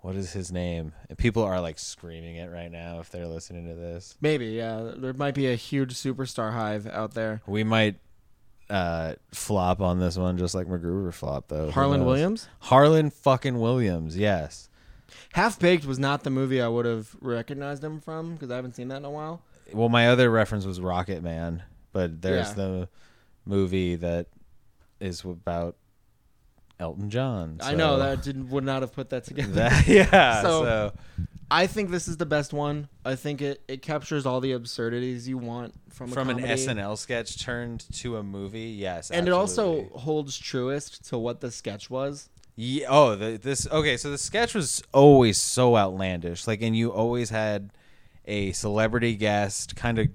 S2: What is his name? And People are like screaming it right now if they're listening to this.
S1: Maybe yeah. There might be a huge superstar hive out there.
S2: We might uh, flop on this one just like MacGruber flopped though. Who
S1: Harlan
S2: knows?
S1: Williams.
S2: Harlan fucking Williams. Yes.
S1: Half Baked was not the movie I would have recognized him from because I haven't seen that in a while.
S2: Well, my other reference was Rocket Man, but there's
S1: Yeah.
S2: the movie that is about Elton John.
S1: I know
S2: so-
S1: that didn't would not have put that together.
S2: uh, that- yeah.
S1: So-
S2: So,
S1: I think this is the best one. I think it, it captures all the absurdities you want from a
S2: from an
S1: comedy.
S2: SNL sketch turned to a movie, yes,
S1: and it also
S2: absolutely.
S1: holds truest to what the sketch was.
S2: Ye- oh the, this okay. So the sketch was always so outlandish, like, and you always had a celebrity guest kind of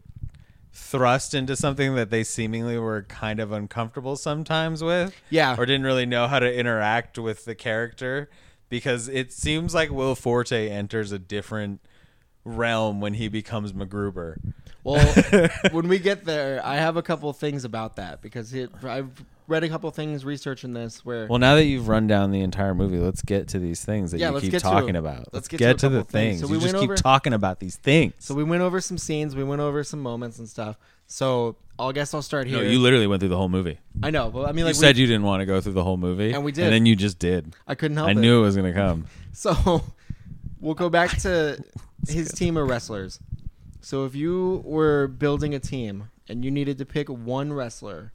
S2: thrust into something that they seemingly were kind of uncomfortable sometimes with.
S1: Yeah.
S2: or didn't really know how to interact with the character because it seems like Will Forte enters a different realm when he becomes MacGruber.
S1: Well, when we get there, I have a couple things about that because it, I've read a couple things researching this where
S2: Well, now that you've run down the entire movie, let's get to these things that
S1: Yeah,
S2: you
S1: let's
S2: keep
S1: get to-
S2: talking about.
S1: let's get to a
S2: to, the
S1: couple things.
S2: things.
S1: So
S2: you
S1: we
S2: just
S1: went
S2: keep
S1: over-
S2: talking about these things.
S1: so we went over some scenes, we went over some moments and stuff. So I guess I'll start here.
S2: no, you literally went through the whole movie.
S1: I know, but I mean, like
S2: you said you didn't want to go through the whole movie,
S1: And we did.
S2: And then you just did.
S1: I couldn't help
S2: I
S1: it.
S2: knew it was gonna come.
S1: So we'll go back to his team of wrestlers. So if you were building a team and you needed to pick one wrestler,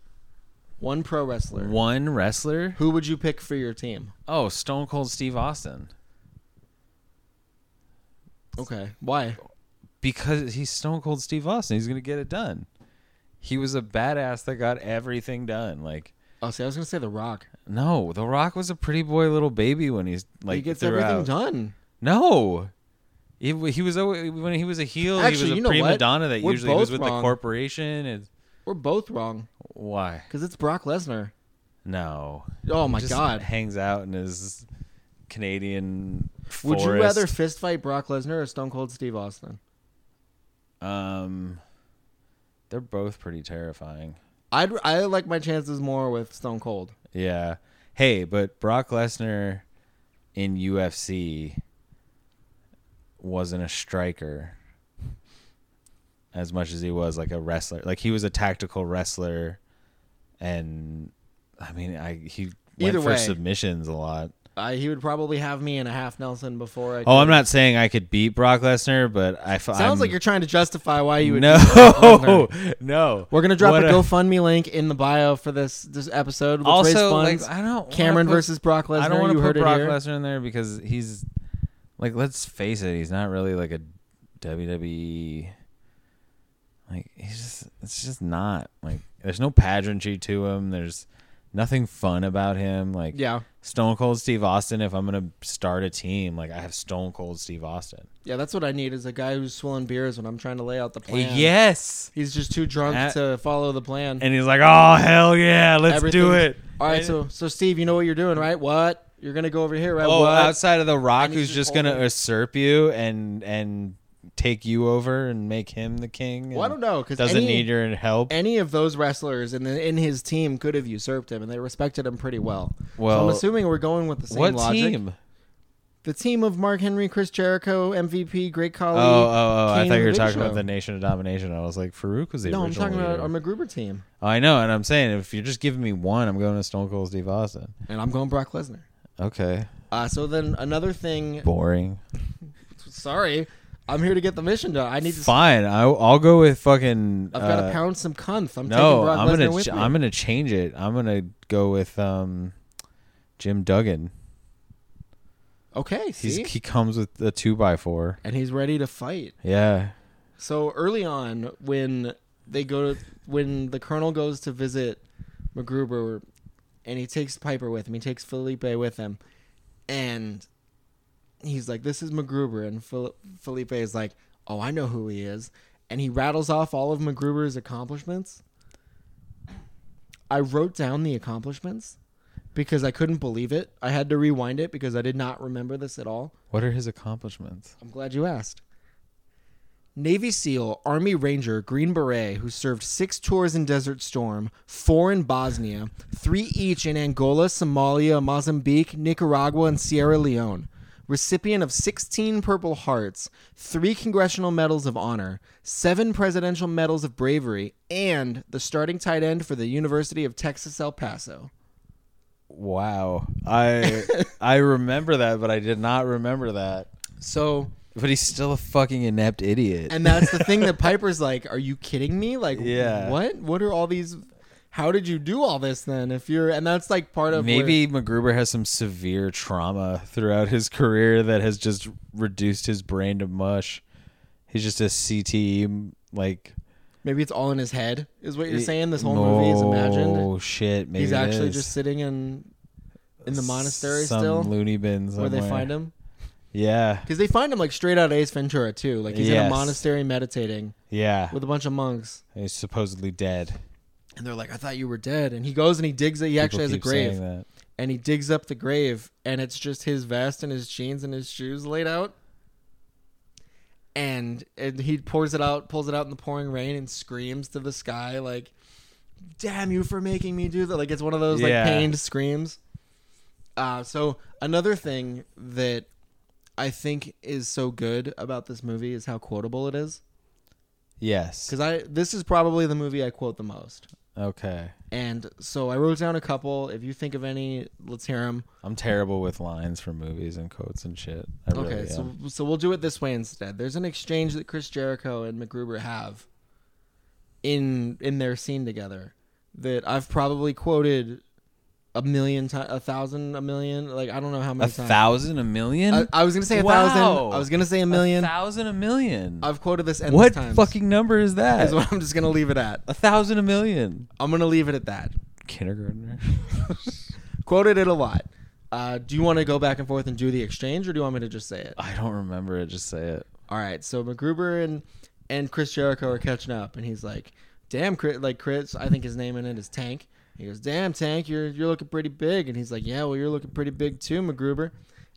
S1: one pro wrestler,
S2: One wrestler.
S1: who would you pick for your team?
S2: Oh, Stone Cold Steve Austin.
S1: Okay. Why?
S2: because he's Stone Cold Steve Austin. He's gonna get it done. He was a badass that got everything done. Like,
S1: Oh, see, I was going to say The Rock.
S2: no, The Rock was a pretty boy little baby when he's like
S1: he gets everything
S2: throughout.
S1: done.
S2: No, he, he was always, when he was a heel. he
S1: Actually,
S2: was a
S1: you know
S2: prima
S1: what?
S2: donna that
S1: We're
S2: usually was
S1: both
S2: with the
S1: wrong.
S2: corporation. And
S1: We're both wrong
S2: why?
S1: because it's Brock Lesnar.
S2: No.
S1: Oh, my
S2: Just
S1: God.
S2: Hangs out in his Canadian.
S1: Would
S2: Forest.
S1: you rather fist fight Brock Lesnar or Stone Cold Steve Austin?
S2: Um, they're both pretty terrifying.
S1: I'd, I like my chances more with Stone Cold.
S2: Yeah. Hey, but Brock Lesnar in UFC wasn't a striker as much as he was like a wrestler. Like he was a tactical wrestler and I mean, I he went
S1: Either
S2: for
S1: way.
S2: submissions a lot.
S1: I, he would probably have me in a half Nelson before I.
S2: Oh, I'm
S1: could.
S2: not saying I could beat Brock Lesnar, but I f-
S1: Sounds
S2: I'm-
S1: like you're trying to justify why you would.
S2: No. No.
S1: We're gonna drop
S2: What
S1: a,
S2: a-
S1: GoFundMe link in the bio for this this episode. Which raise
S2: also,
S1: funds.
S2: like I don't wanna
S1: Cameron
S2: put-
S1: versus Brock Lesnar.
S2: I don't want
S1: you
S2: to
S1: heard
S2: put Brock
S1: it here.
S2: Lesnar in there because he's like, let's face it, he's not really like a WWE. Like he's just, it's just not like there's no pageantry to him. There's nothing fun about him. Like
S1: Yeah,
S2: Stone Cold Steve Austin. If I'm gonna start a team, like I have Stone Cold Steve Austin.
S1: yeah, that's what I need is a guy who's swilling beers when I'm trying to lay out the plan.
S2: Yes.
S1: he's just too drunk
S2: At-
S1: to follow the plan.
S2: And he's like, oh hell yeah, let's do
S1: Everything-
S2: it.
S1: All right,
S2: And-
S1: so so Steve, you know what you're doing, right? What you're gonna go over here, right?
S2: Oh,
S1: what?
S2: outside of the Rock,
S1: And he's
S2: who's
S1: just
S2: just gonna
S1: older.
S2: usurp you and and take you over and make him the king.
S1: well, I
S2: and
S1: don't know because
S2: Doesn't
S1: any,
S2: need your help.
S1: any of those wrestlers in the, in his team could have usurped him, and they respected him pretty well. so
S2: Well,
S1: I'm assuming we're going with the same
S2: What
S1: logic.
S2: team?
S1: The team of Mark Henry, Chris Jericho, MVP, Great
S2: Oh,
S1: Khali.
S2: oh, oh! I
S1: Kane and
S2: thought you were
S1: Big
S2: talking
S1: Show.
S2: about the Nation of Domination. I was like, Farouk was the
S1: No, I'm
S2: original.
S1: talking about
S2: leader. Oh,
S1: our MacGruber team,
S2: I know, and I'm saying if you're just giving me one, I'm going to Stone Cold Steve Austin.
S1: and I'm going Brock Lesnar.
S2: Okay,
S1: Uh, so then another thing.
S2: boring.
S1: Sorry, I'm here to get the mission done. I need to.
S2: Fine, I, I'll go with fucking.
S1: I've got to
S2: uh,
S1: pound some cunts. I'm taking
S2: No,
S1: Brock
S2: I'm
S1: Lesnar
S2: gonna
S1: with
S2: ch-
S1: me.
S2: I'm gonna change it. I'm gonna go with um, Jim Duggan.
S1: Okay, see,
S2: He's, he comes with a two by four.
S1: and he's ready to fight.
S2: Yeah.
S1: So early on, when they go to when the colonel goes to visit MacGruber, and he takes Piper with him, he takes Felipe with him, and he's like, "This is MacGruber," and Fel- Felipe is like, "Oh, I know who he is," and he rattles off all of MacGruber's accomplishments. I wrote down the accomplishments because I couldn't believe it. I had to rewind it because I did not remember this at all.
S2: What are his accomplishments?
S1: I'm glad you asked. Navy SEAL, Army Ranger, Green Beret, who served six tours in Desert Storm, four in Bosnia, three each in Angola, Somalia, Mozambique, Nicaragua, and Sierra Leone. Recipient of 16 Purple Hearts, three Congressional Medals of Honor, seven Presidential Medals of Bravery, and the starting tight end for the University of Texas El Paso.
S2: Wow. I I remember that, but I did not remember that.
S1: So,
S2: But he's still a fucking inept idiot.
S1: And that's the thing that Piper's like, "Are you kidding me? Like,
S2: Yeah.
S1: what? What are all these? How did you do all this then? If you're and that's like part of where-
S2: Maybe MacGruber has some severe trauma throughout his career that has just reduced his brain to mush. He's just a CTE like eh,
S1: maybe it's all in his head. Is what you're saying? This whole movie is imagined.
S2: Oh shit! Maybe
S1: He's
S2: it
S1: actually
S2: is.
S1: just sitting in in the monastery
S2: Some
S1: still,
S2: loony bin somewhere.
S1: where they find him
S2: Yeah,
S1: because they find him like straight out of Ace Ventura too. Like he's in a
S2: Yes.
S1: monastery meditating
S2: yeah.
S1: with a bunch of monks,
S2: he's supposedly dead.
S1: and they're like, "I thought you were dead." And he goes and he digs it. He
S2: People
S1: actually has a
S2: keep saying
S1: grave.
S2: that.
S1: and he digs up the grave and it's just his vest and his jeans and his shoes laid out and, and he pours it out pulls it out in the pouring rain and screams to the sky like damn you for making me do that like it's one of those like
S2: Yeah.
S1: pained screams uh, so another thing that i think is so good about this movie is how quotable it is
S2: Yes.
S1: because i this is probably the movie i quote the most
S2: Okay.
S1: and so i wrote down a couple if you think of any let's hear them
S2: I'm terrible with lines from movies and quotes and shit. I really
S1: Okay,
S2: am.
S1: so so we'll do it this way instead. There's an exchange that Chris Jericho and MacGruber have in in their scene together that I've probably quoted a million times, a thousand, a million, like I don't know how
S2: a
S1: many times.
S2: thousand, a million.
S1: I, I was gonna say a
S2: Wow.
S1: thousand. I was gonna say a million.
S2: A thousand, a million.
S1: I've quoted this endless
S2: what
S1: times.
S2: fucking number is that?
S1: is what I'm just gonna leave it at.
S2: a thousand, a million.
S1: I'm gonna leave it at that.
S2: Kindergartner.
S1: Quoted it a lot. Uh, do you want to go back and forth and do the exchange, or do you want me to just say it?
S2: I don't remember it. Just say it.
S1: all right, so MacGruber and and Chris Jericho are catching up, and he's like, "Damn, Chris, like Chris, I think his name in it is Tank." He goes, "Damn, Tank, you're you're looking pretty big," and he's like, "Yeah, well, you're looking pretty big too, MacGruber."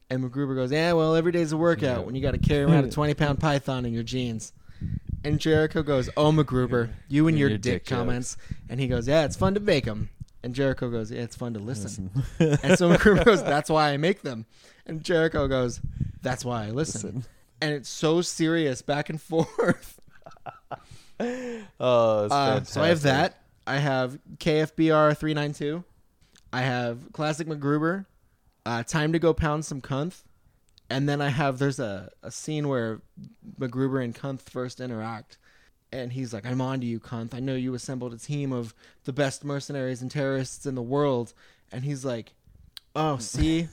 S1: And MacGruber goes, "Yeah, well, every day's a workout when you got to carry around a twenty pound python in your jeans." And Jericho goes, "Oh, MacGruber, you and your,
S2: Your
S1: dick,
S2: dick jokes."
S1: comments." And he goes, "Yeah, it's fun to make 'em." And Jericho goes, "Yeah, it's fun to listen." And so MacGruber goes, "That's why I make them." And Jericho goes, "That's why I listen. And it's so serious, back and forth.
S2: oh, that's
S1: Uh, so I have
S2: fantastic.
S1: that. I have KFBR three nine two. I have classic MacGruber. Uh, time to go pound some cunth. And then I have there's a, a scene where MacGruber and Cunth first interact, and he's like, "I'm on to you, Cunth. I know you assembled a team of the best mercenaries and terrorists in the world." And he's like, "Oh, see,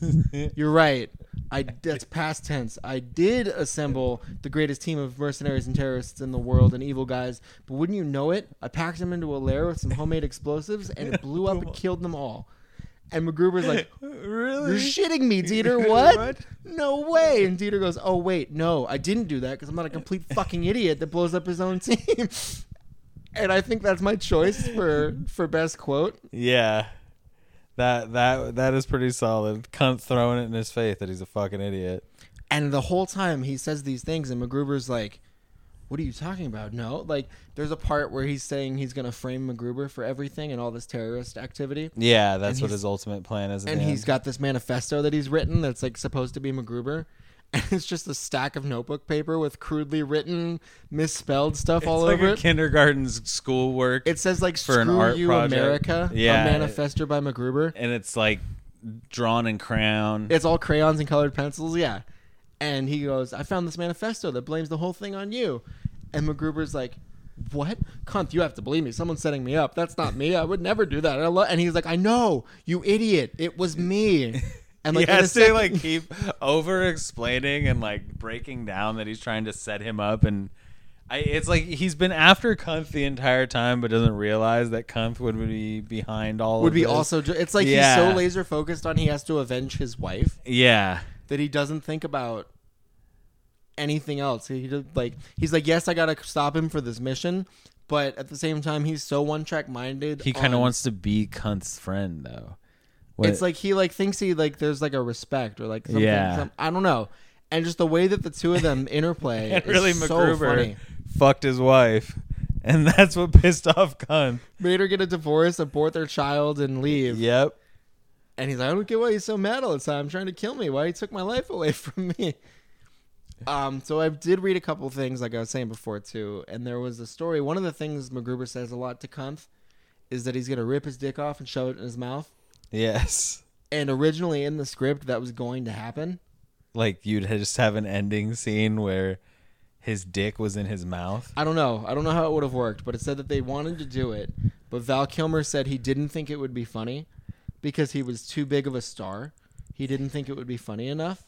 S1: you're right. I that's past tense. I did assemble the greatest team of mercenaries and terrorists in the world and evil guys, but wouldn't you know it? I packed them into a lair with some homemade explosives, and it blew up and killed them all." And MacGruber's like,
S2: Really?
S1: you're shitting me, Dieter. What?
S2: What?
S1: No way. And Dieter goes, Oh, wait, no, I didn't do that because I'm not a complete fucking idiot that blows up his own team. and I think that's my choice for, for best quote.
S2: Yeah. That that that is pretty solid. Cunt throwing it in his face that he's a fucking idiot.
S1: And the whole time he says these things, and MacGruber's like, What are you talking about? No. Like, there's a part where he's saying he's going to frame MacGruber for everything and all this terrorist activity.
S2: Yeah, that's
S1: And
S2: what
S1: he's-
S2: his ultimate plan is.
S1: and he's got this manifesto that he's written that's like supposed to be MacGruber. And it's just a stack of notebook paper with crudely written, misspelled stuff all
S2: like
S1: over
S2: a
S1: it.
S2: kindergarten's schoolwork,
S1: It says like
S2: for an
S1: "Screw
S2: art
S1: you,
S2: project.
S1: America,"
S2: Yeah.
S1: a manifesto by MacGruber.
S2: and it's like drawn in crayon.
S1: It's all crayons and colored pencils. Yeah, and he goes, "I found this manifesto that blames the whole thing on you," and MacGruber's like. What? Cunt, you have to believe me. Someone's setting me up. That's not me. I would never do that. And, I lo-. and he's like, I know, you idiot. It was me. And
S2: he
S1: like, in
S2: has
S1: the
S2: to
S1: sec-
S2: like keep over explaining and like breaking down that he's trying to set him up and I, it's like he's been after Kumpf the entire time, but doesn't realize that Kumpf would be behind all.
S1: would
S2: of
S1: be
S2: this.
S1: also. ju- It's like he's
S2: Yeah.
S1: so laser focused on he has to avenge his wife
S2: Yeah,
S1: that he doesn't think about anything else. He just, like he's like, yes, I gotta stop him for this mission, but at the same time, he's so one track minded.
S2: he kind of
S1: on-
S2: wants to be Kumpf's friend though.
S1: It's like he like thinks he like there's like a respect or like something,
S2: Yeah.
S1: some- I don't know. And just the way that the two of them interplay
S2: And
S1: is
S2: really
S1: so
S2: MacGruber
S1: funny.
S2: fucked his wife, and that's what pissed off Kumpf.
S1: Made her get a divorce, abort their child, and leave.
S2: Yep.
S1: And he's like, I don't get why he's so mad all the time, trying to kill me. Why he took my life away from me. Um, so I did read a couple things, like I was saying before too, and there was a story. One of the things MacGruber says a lot to Kumpf is that he's gonna rip his dick off and shove it in his mouth.
S2: Yes.
S1: And originally in the script, that was going to happen.
S2: Like you'd just have an ending scene where his dick was in his mouth.
S1: I don't know. I don't know how it would have worked, but it said that they wanted to do it, but Val Kilmer said he didn't think it would be funny because he was too big of a star. He didn't think it would be funny enough.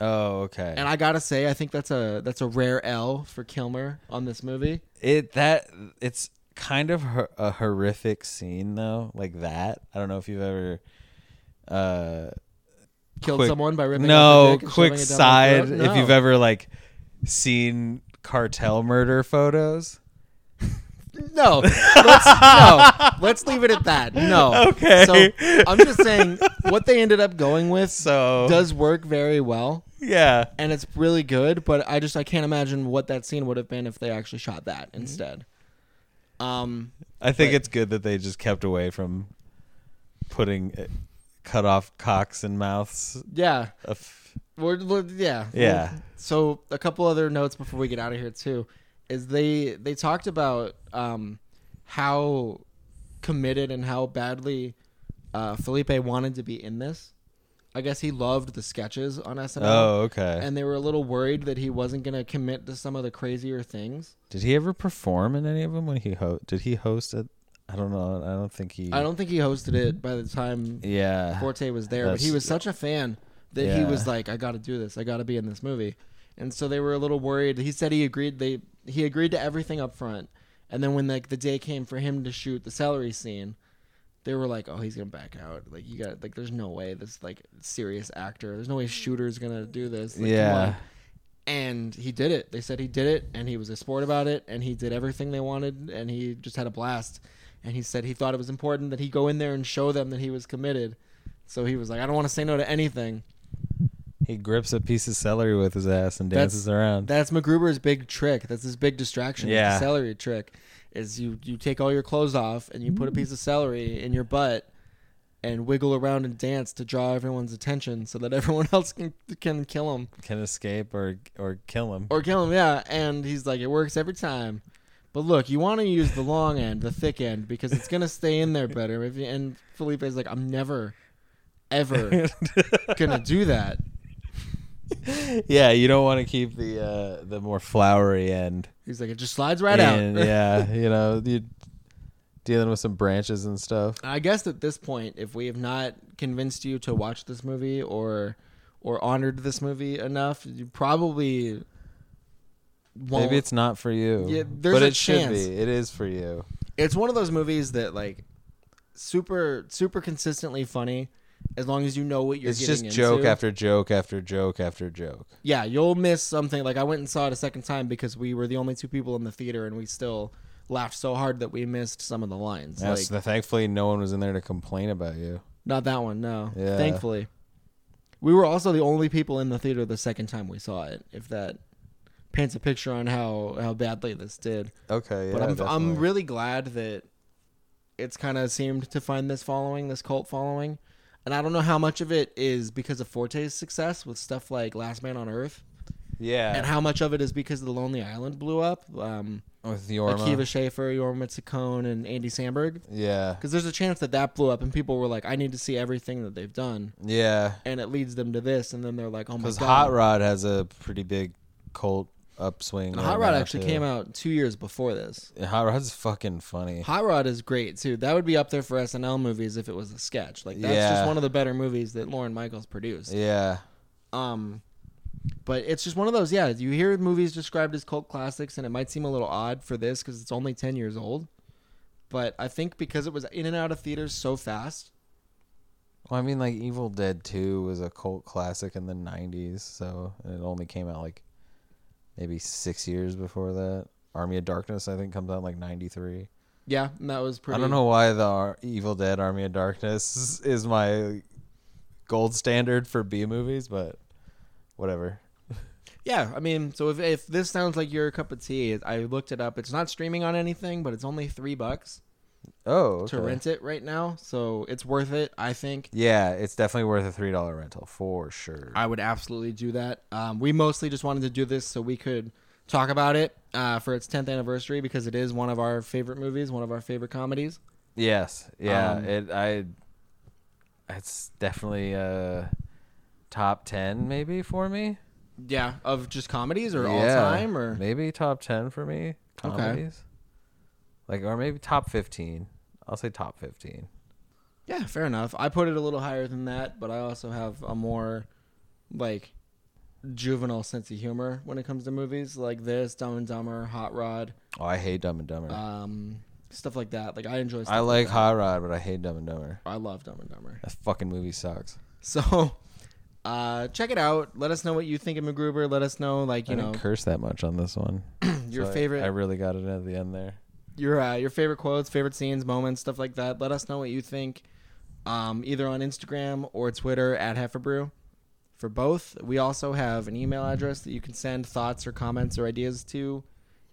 S2: Oh, okay.
S1: And I gotta say, I think that's a that's a rare L for Kilmer on this movie.
S2: it that it's kind of hor- a horrific scene though, like that. I don't know if you've ever. Uh,
S1: Killed
S2: Quick-
S1: someone by ripping off their
S2: no,
S1: dick and
S2: quick
S1: shoving it down
S2: side.
S1: their throat?
S2: If
S1: No.
S2: you've ever like seen cartel murder photos.
S1: no, let's, no, let's leave it at that. No,
S2: Okay.
S1: So I'm just saying what they ended up going with
S2: So
S1: does work very well.
S2: yeah.
S1: and it's really good. But I just I can't imagine what that scene would have been if they actually shot that
S2: Mm-hmm.
S1: instead. Um,
S2: I think
S1: But-
S2: it's good that they just kept away from putting uh, cut off cocks and mouths.
S1: yeah,
S2: Of,
S1: we're, we're- yeah,
S2: Yeah.
S1: So a couple other notes before we get out of here too is they they talked about um, how committed and how badly uh, Felipe wanted to be in this. I guess he loved the sketches on SNL.
S2: oh, okay.
S1: And they were a little worried that he wasn't going to commit to some of the crazier things.
S2: did he ever perform in any of them when he ho- did he host it? I don't know. I don't think he.
S1: I don't think he hosted it by the time
S2: Yeah.
S1: Forte was there, but
S2: That's-
S1: he was such a fan that he
S2: Yeah.
S1: was like, "I got to do this. I got to be in this movie." And so they were a little worried. He said he agreed they he agreed to everything up front, and then when like the day came for him to shoot the celery scene, they were like, "Oh, he's gonna back out. Like you got like there's no way this like serious actor. There's no way shooter's gonna do this." Like, come
S2: yeah.
S1: on." And he did it. They said he did it, and he was a sport about it, and he did everything they wanted, and he just had a blast. And he said he thought it was important that he go in there and show them that he was committed. So he was like, I don't want to say no to anything.
S2: He grips a piece of celery with his ass and dances around.
S1: That's MacGruber's big trick. That's his big distraction. It's
S2: Yeah.
S1: The celery trick is you you take all your clothes off and you put a piece of celery in your butt and wiggle around and dance to draw everyone's attention so that everyone else can can kill him
S2: Can escape or or kill him.
S1: or kill him. Yeah. And he's like, it works every time. But look, you want to use the long end, the thick end, because it's gonna stay in there better. If you, and Felipe's like, I'm never, ever gonna do that.
S2: yeah, you don't want to keep the uh, the more flowery end.
S1: He's like, it just slides right
S2: in.
S1: out.
S2: yeah, you know, you dealing with some branches and stuff.
S1: I guess at this point, if we have not convinced you to watch this movie or or honored this movie enough, you probably won't.
S2: Maybe it's not for you.
S1: Yeah, there's
S2: but
S1: a
S2: it should
S1: chance.
S2: be. It is for you.
S1: it's one of those movies that like super super consistently funny as long as you know what you're
S2: it's
S1: getting
S2: just joke
S1: into.
S2: after joke after joke after joke.
S1: yeah you'll miss something like i went and saw it a second time because we were the only two people in the theater and we still laughed so hard that we missed some of the lines
S2: Yeah,
S1: like
S2: so thankfully, no one was in there to complain about you.
S1: not that one no
S2: Yeah.
S1: thankfully we were also the only people in the theater the second time we saw it if that paints a picture on how how badly this did
S2: Okay, yeah,
S1: but I'm I'm
S2: definitely.
S1: really glad that it's kind of seemed to find this following, this cult following, and I don't know how much of it is because of Forte's success with stuff like Last Man on Earth, and
S2: yeah
S1: how much of it is because the Lonely Island blew up. Um,
S2: with Yorma.
S1: Akiva Schaffer, Yorma Tsakone, and Andy Samberg.
S2: Yeah,
S1: Because there's a chance that that blew up, and people were like, "I need to see everything that they've done,"
S2: yeah.
S1: and it leads them to this, and then they're like, "Oh my
S2: Because
S1: god!"
S2: Hot Rod has a pretty big cult upswing.
S1: Hot Rod actually came out two years before this.
S2: Hot Rod's fucking funny.
S1: Hot Rod is great too. That would be up there for SNL movies if it was a sketch. Like that's
S2: Yeah.
S1: just one of the better movies that Lauren Michaels produced.
S2: Yeah.
S1: Um, but it's just one of those. Yeah, you hear movies described as cult classics, and it might seem a little odd for this because it's only ten years old. But I think because it was in and out of theaters so fast,
S2: Well, I mean, like Evil Dead Two was a cult classic in the '90s, so and it only came out like maybe six years before that. Army of Darkness, I think, comes out in, like '93.
S1: yeah, and that was pretty.
S2: I don't know why the Ar- Evil Dead Army of Darkness is my gold standard for B movies, but whatever.
S1: Yeah, I mean, so if if this sounds like your cup of tea, I looked it up. It's not streaming on anything, but it's only three bucks
S2: Oh, okay.
S1: to rent it right now, so it's worth it. I think.
S2: Yeah, it's definitely worth a three dollar rental for sure.
S1: I would absolutely do that. Um, we mostly just wanted to do this so we could talk about it uh, for its 10th anniversary because it is one of our favorite movies, one of our favorite comedies.
S2: Yes, yeah,
S1: Um,
S2: it I. It's definitely uh, top ten maybe for me.
S1: Yeah, of just comedies or all
S2: Yeah,
S1: time or
S2: maybe top 10 for me
S1: Okay.
S2: comedies like or maybe top 15 i'll say top 15
S1: yeah, fair enough. I put it a little higher than that, but I also have a more like juvenile sense of humor when it comes to movies like this, Dumb and Dumber, Hot Rod,
S2: oh i hate dumb and dumber
S1: um, stuff like that. Like I enjoy. Stuff
S2: i like
S1: that.
S2: hot rod but i hate dumb and dumber
S1: I love Dumb and Dumber.
S2: that fucking movie sucks
S1: So uh check it out. Let us know what you think of MacGruber. Let us know like, you
S2: i
S1: know,
S2: didn't curse that much on this one
S1: your
S2: So I-
S1: favorite
S2: I, really got it at the end there
S1: your uh, your favorite quotes, favorite scenes, moments, stuff like that. Let us know what you think. Um, either on Instagram or Twitter at Heffabrew. For both, we also have an email address that you can send thoughts or comments or ideas to.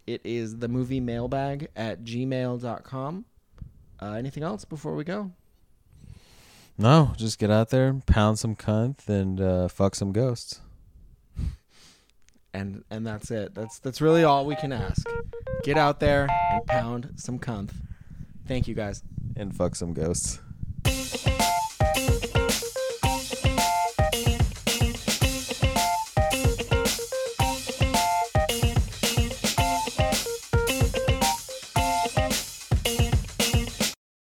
S1: It is the movie mailbag at gmail.com. Uh, anything else before we go?
S2: no just get out there pound some cunt and uh, fuck some ghosts
S1: and and that's it. That's that's really all we can ask. Get out there and pound some cunt. Thank you guys.
S2: and fuck some ghosts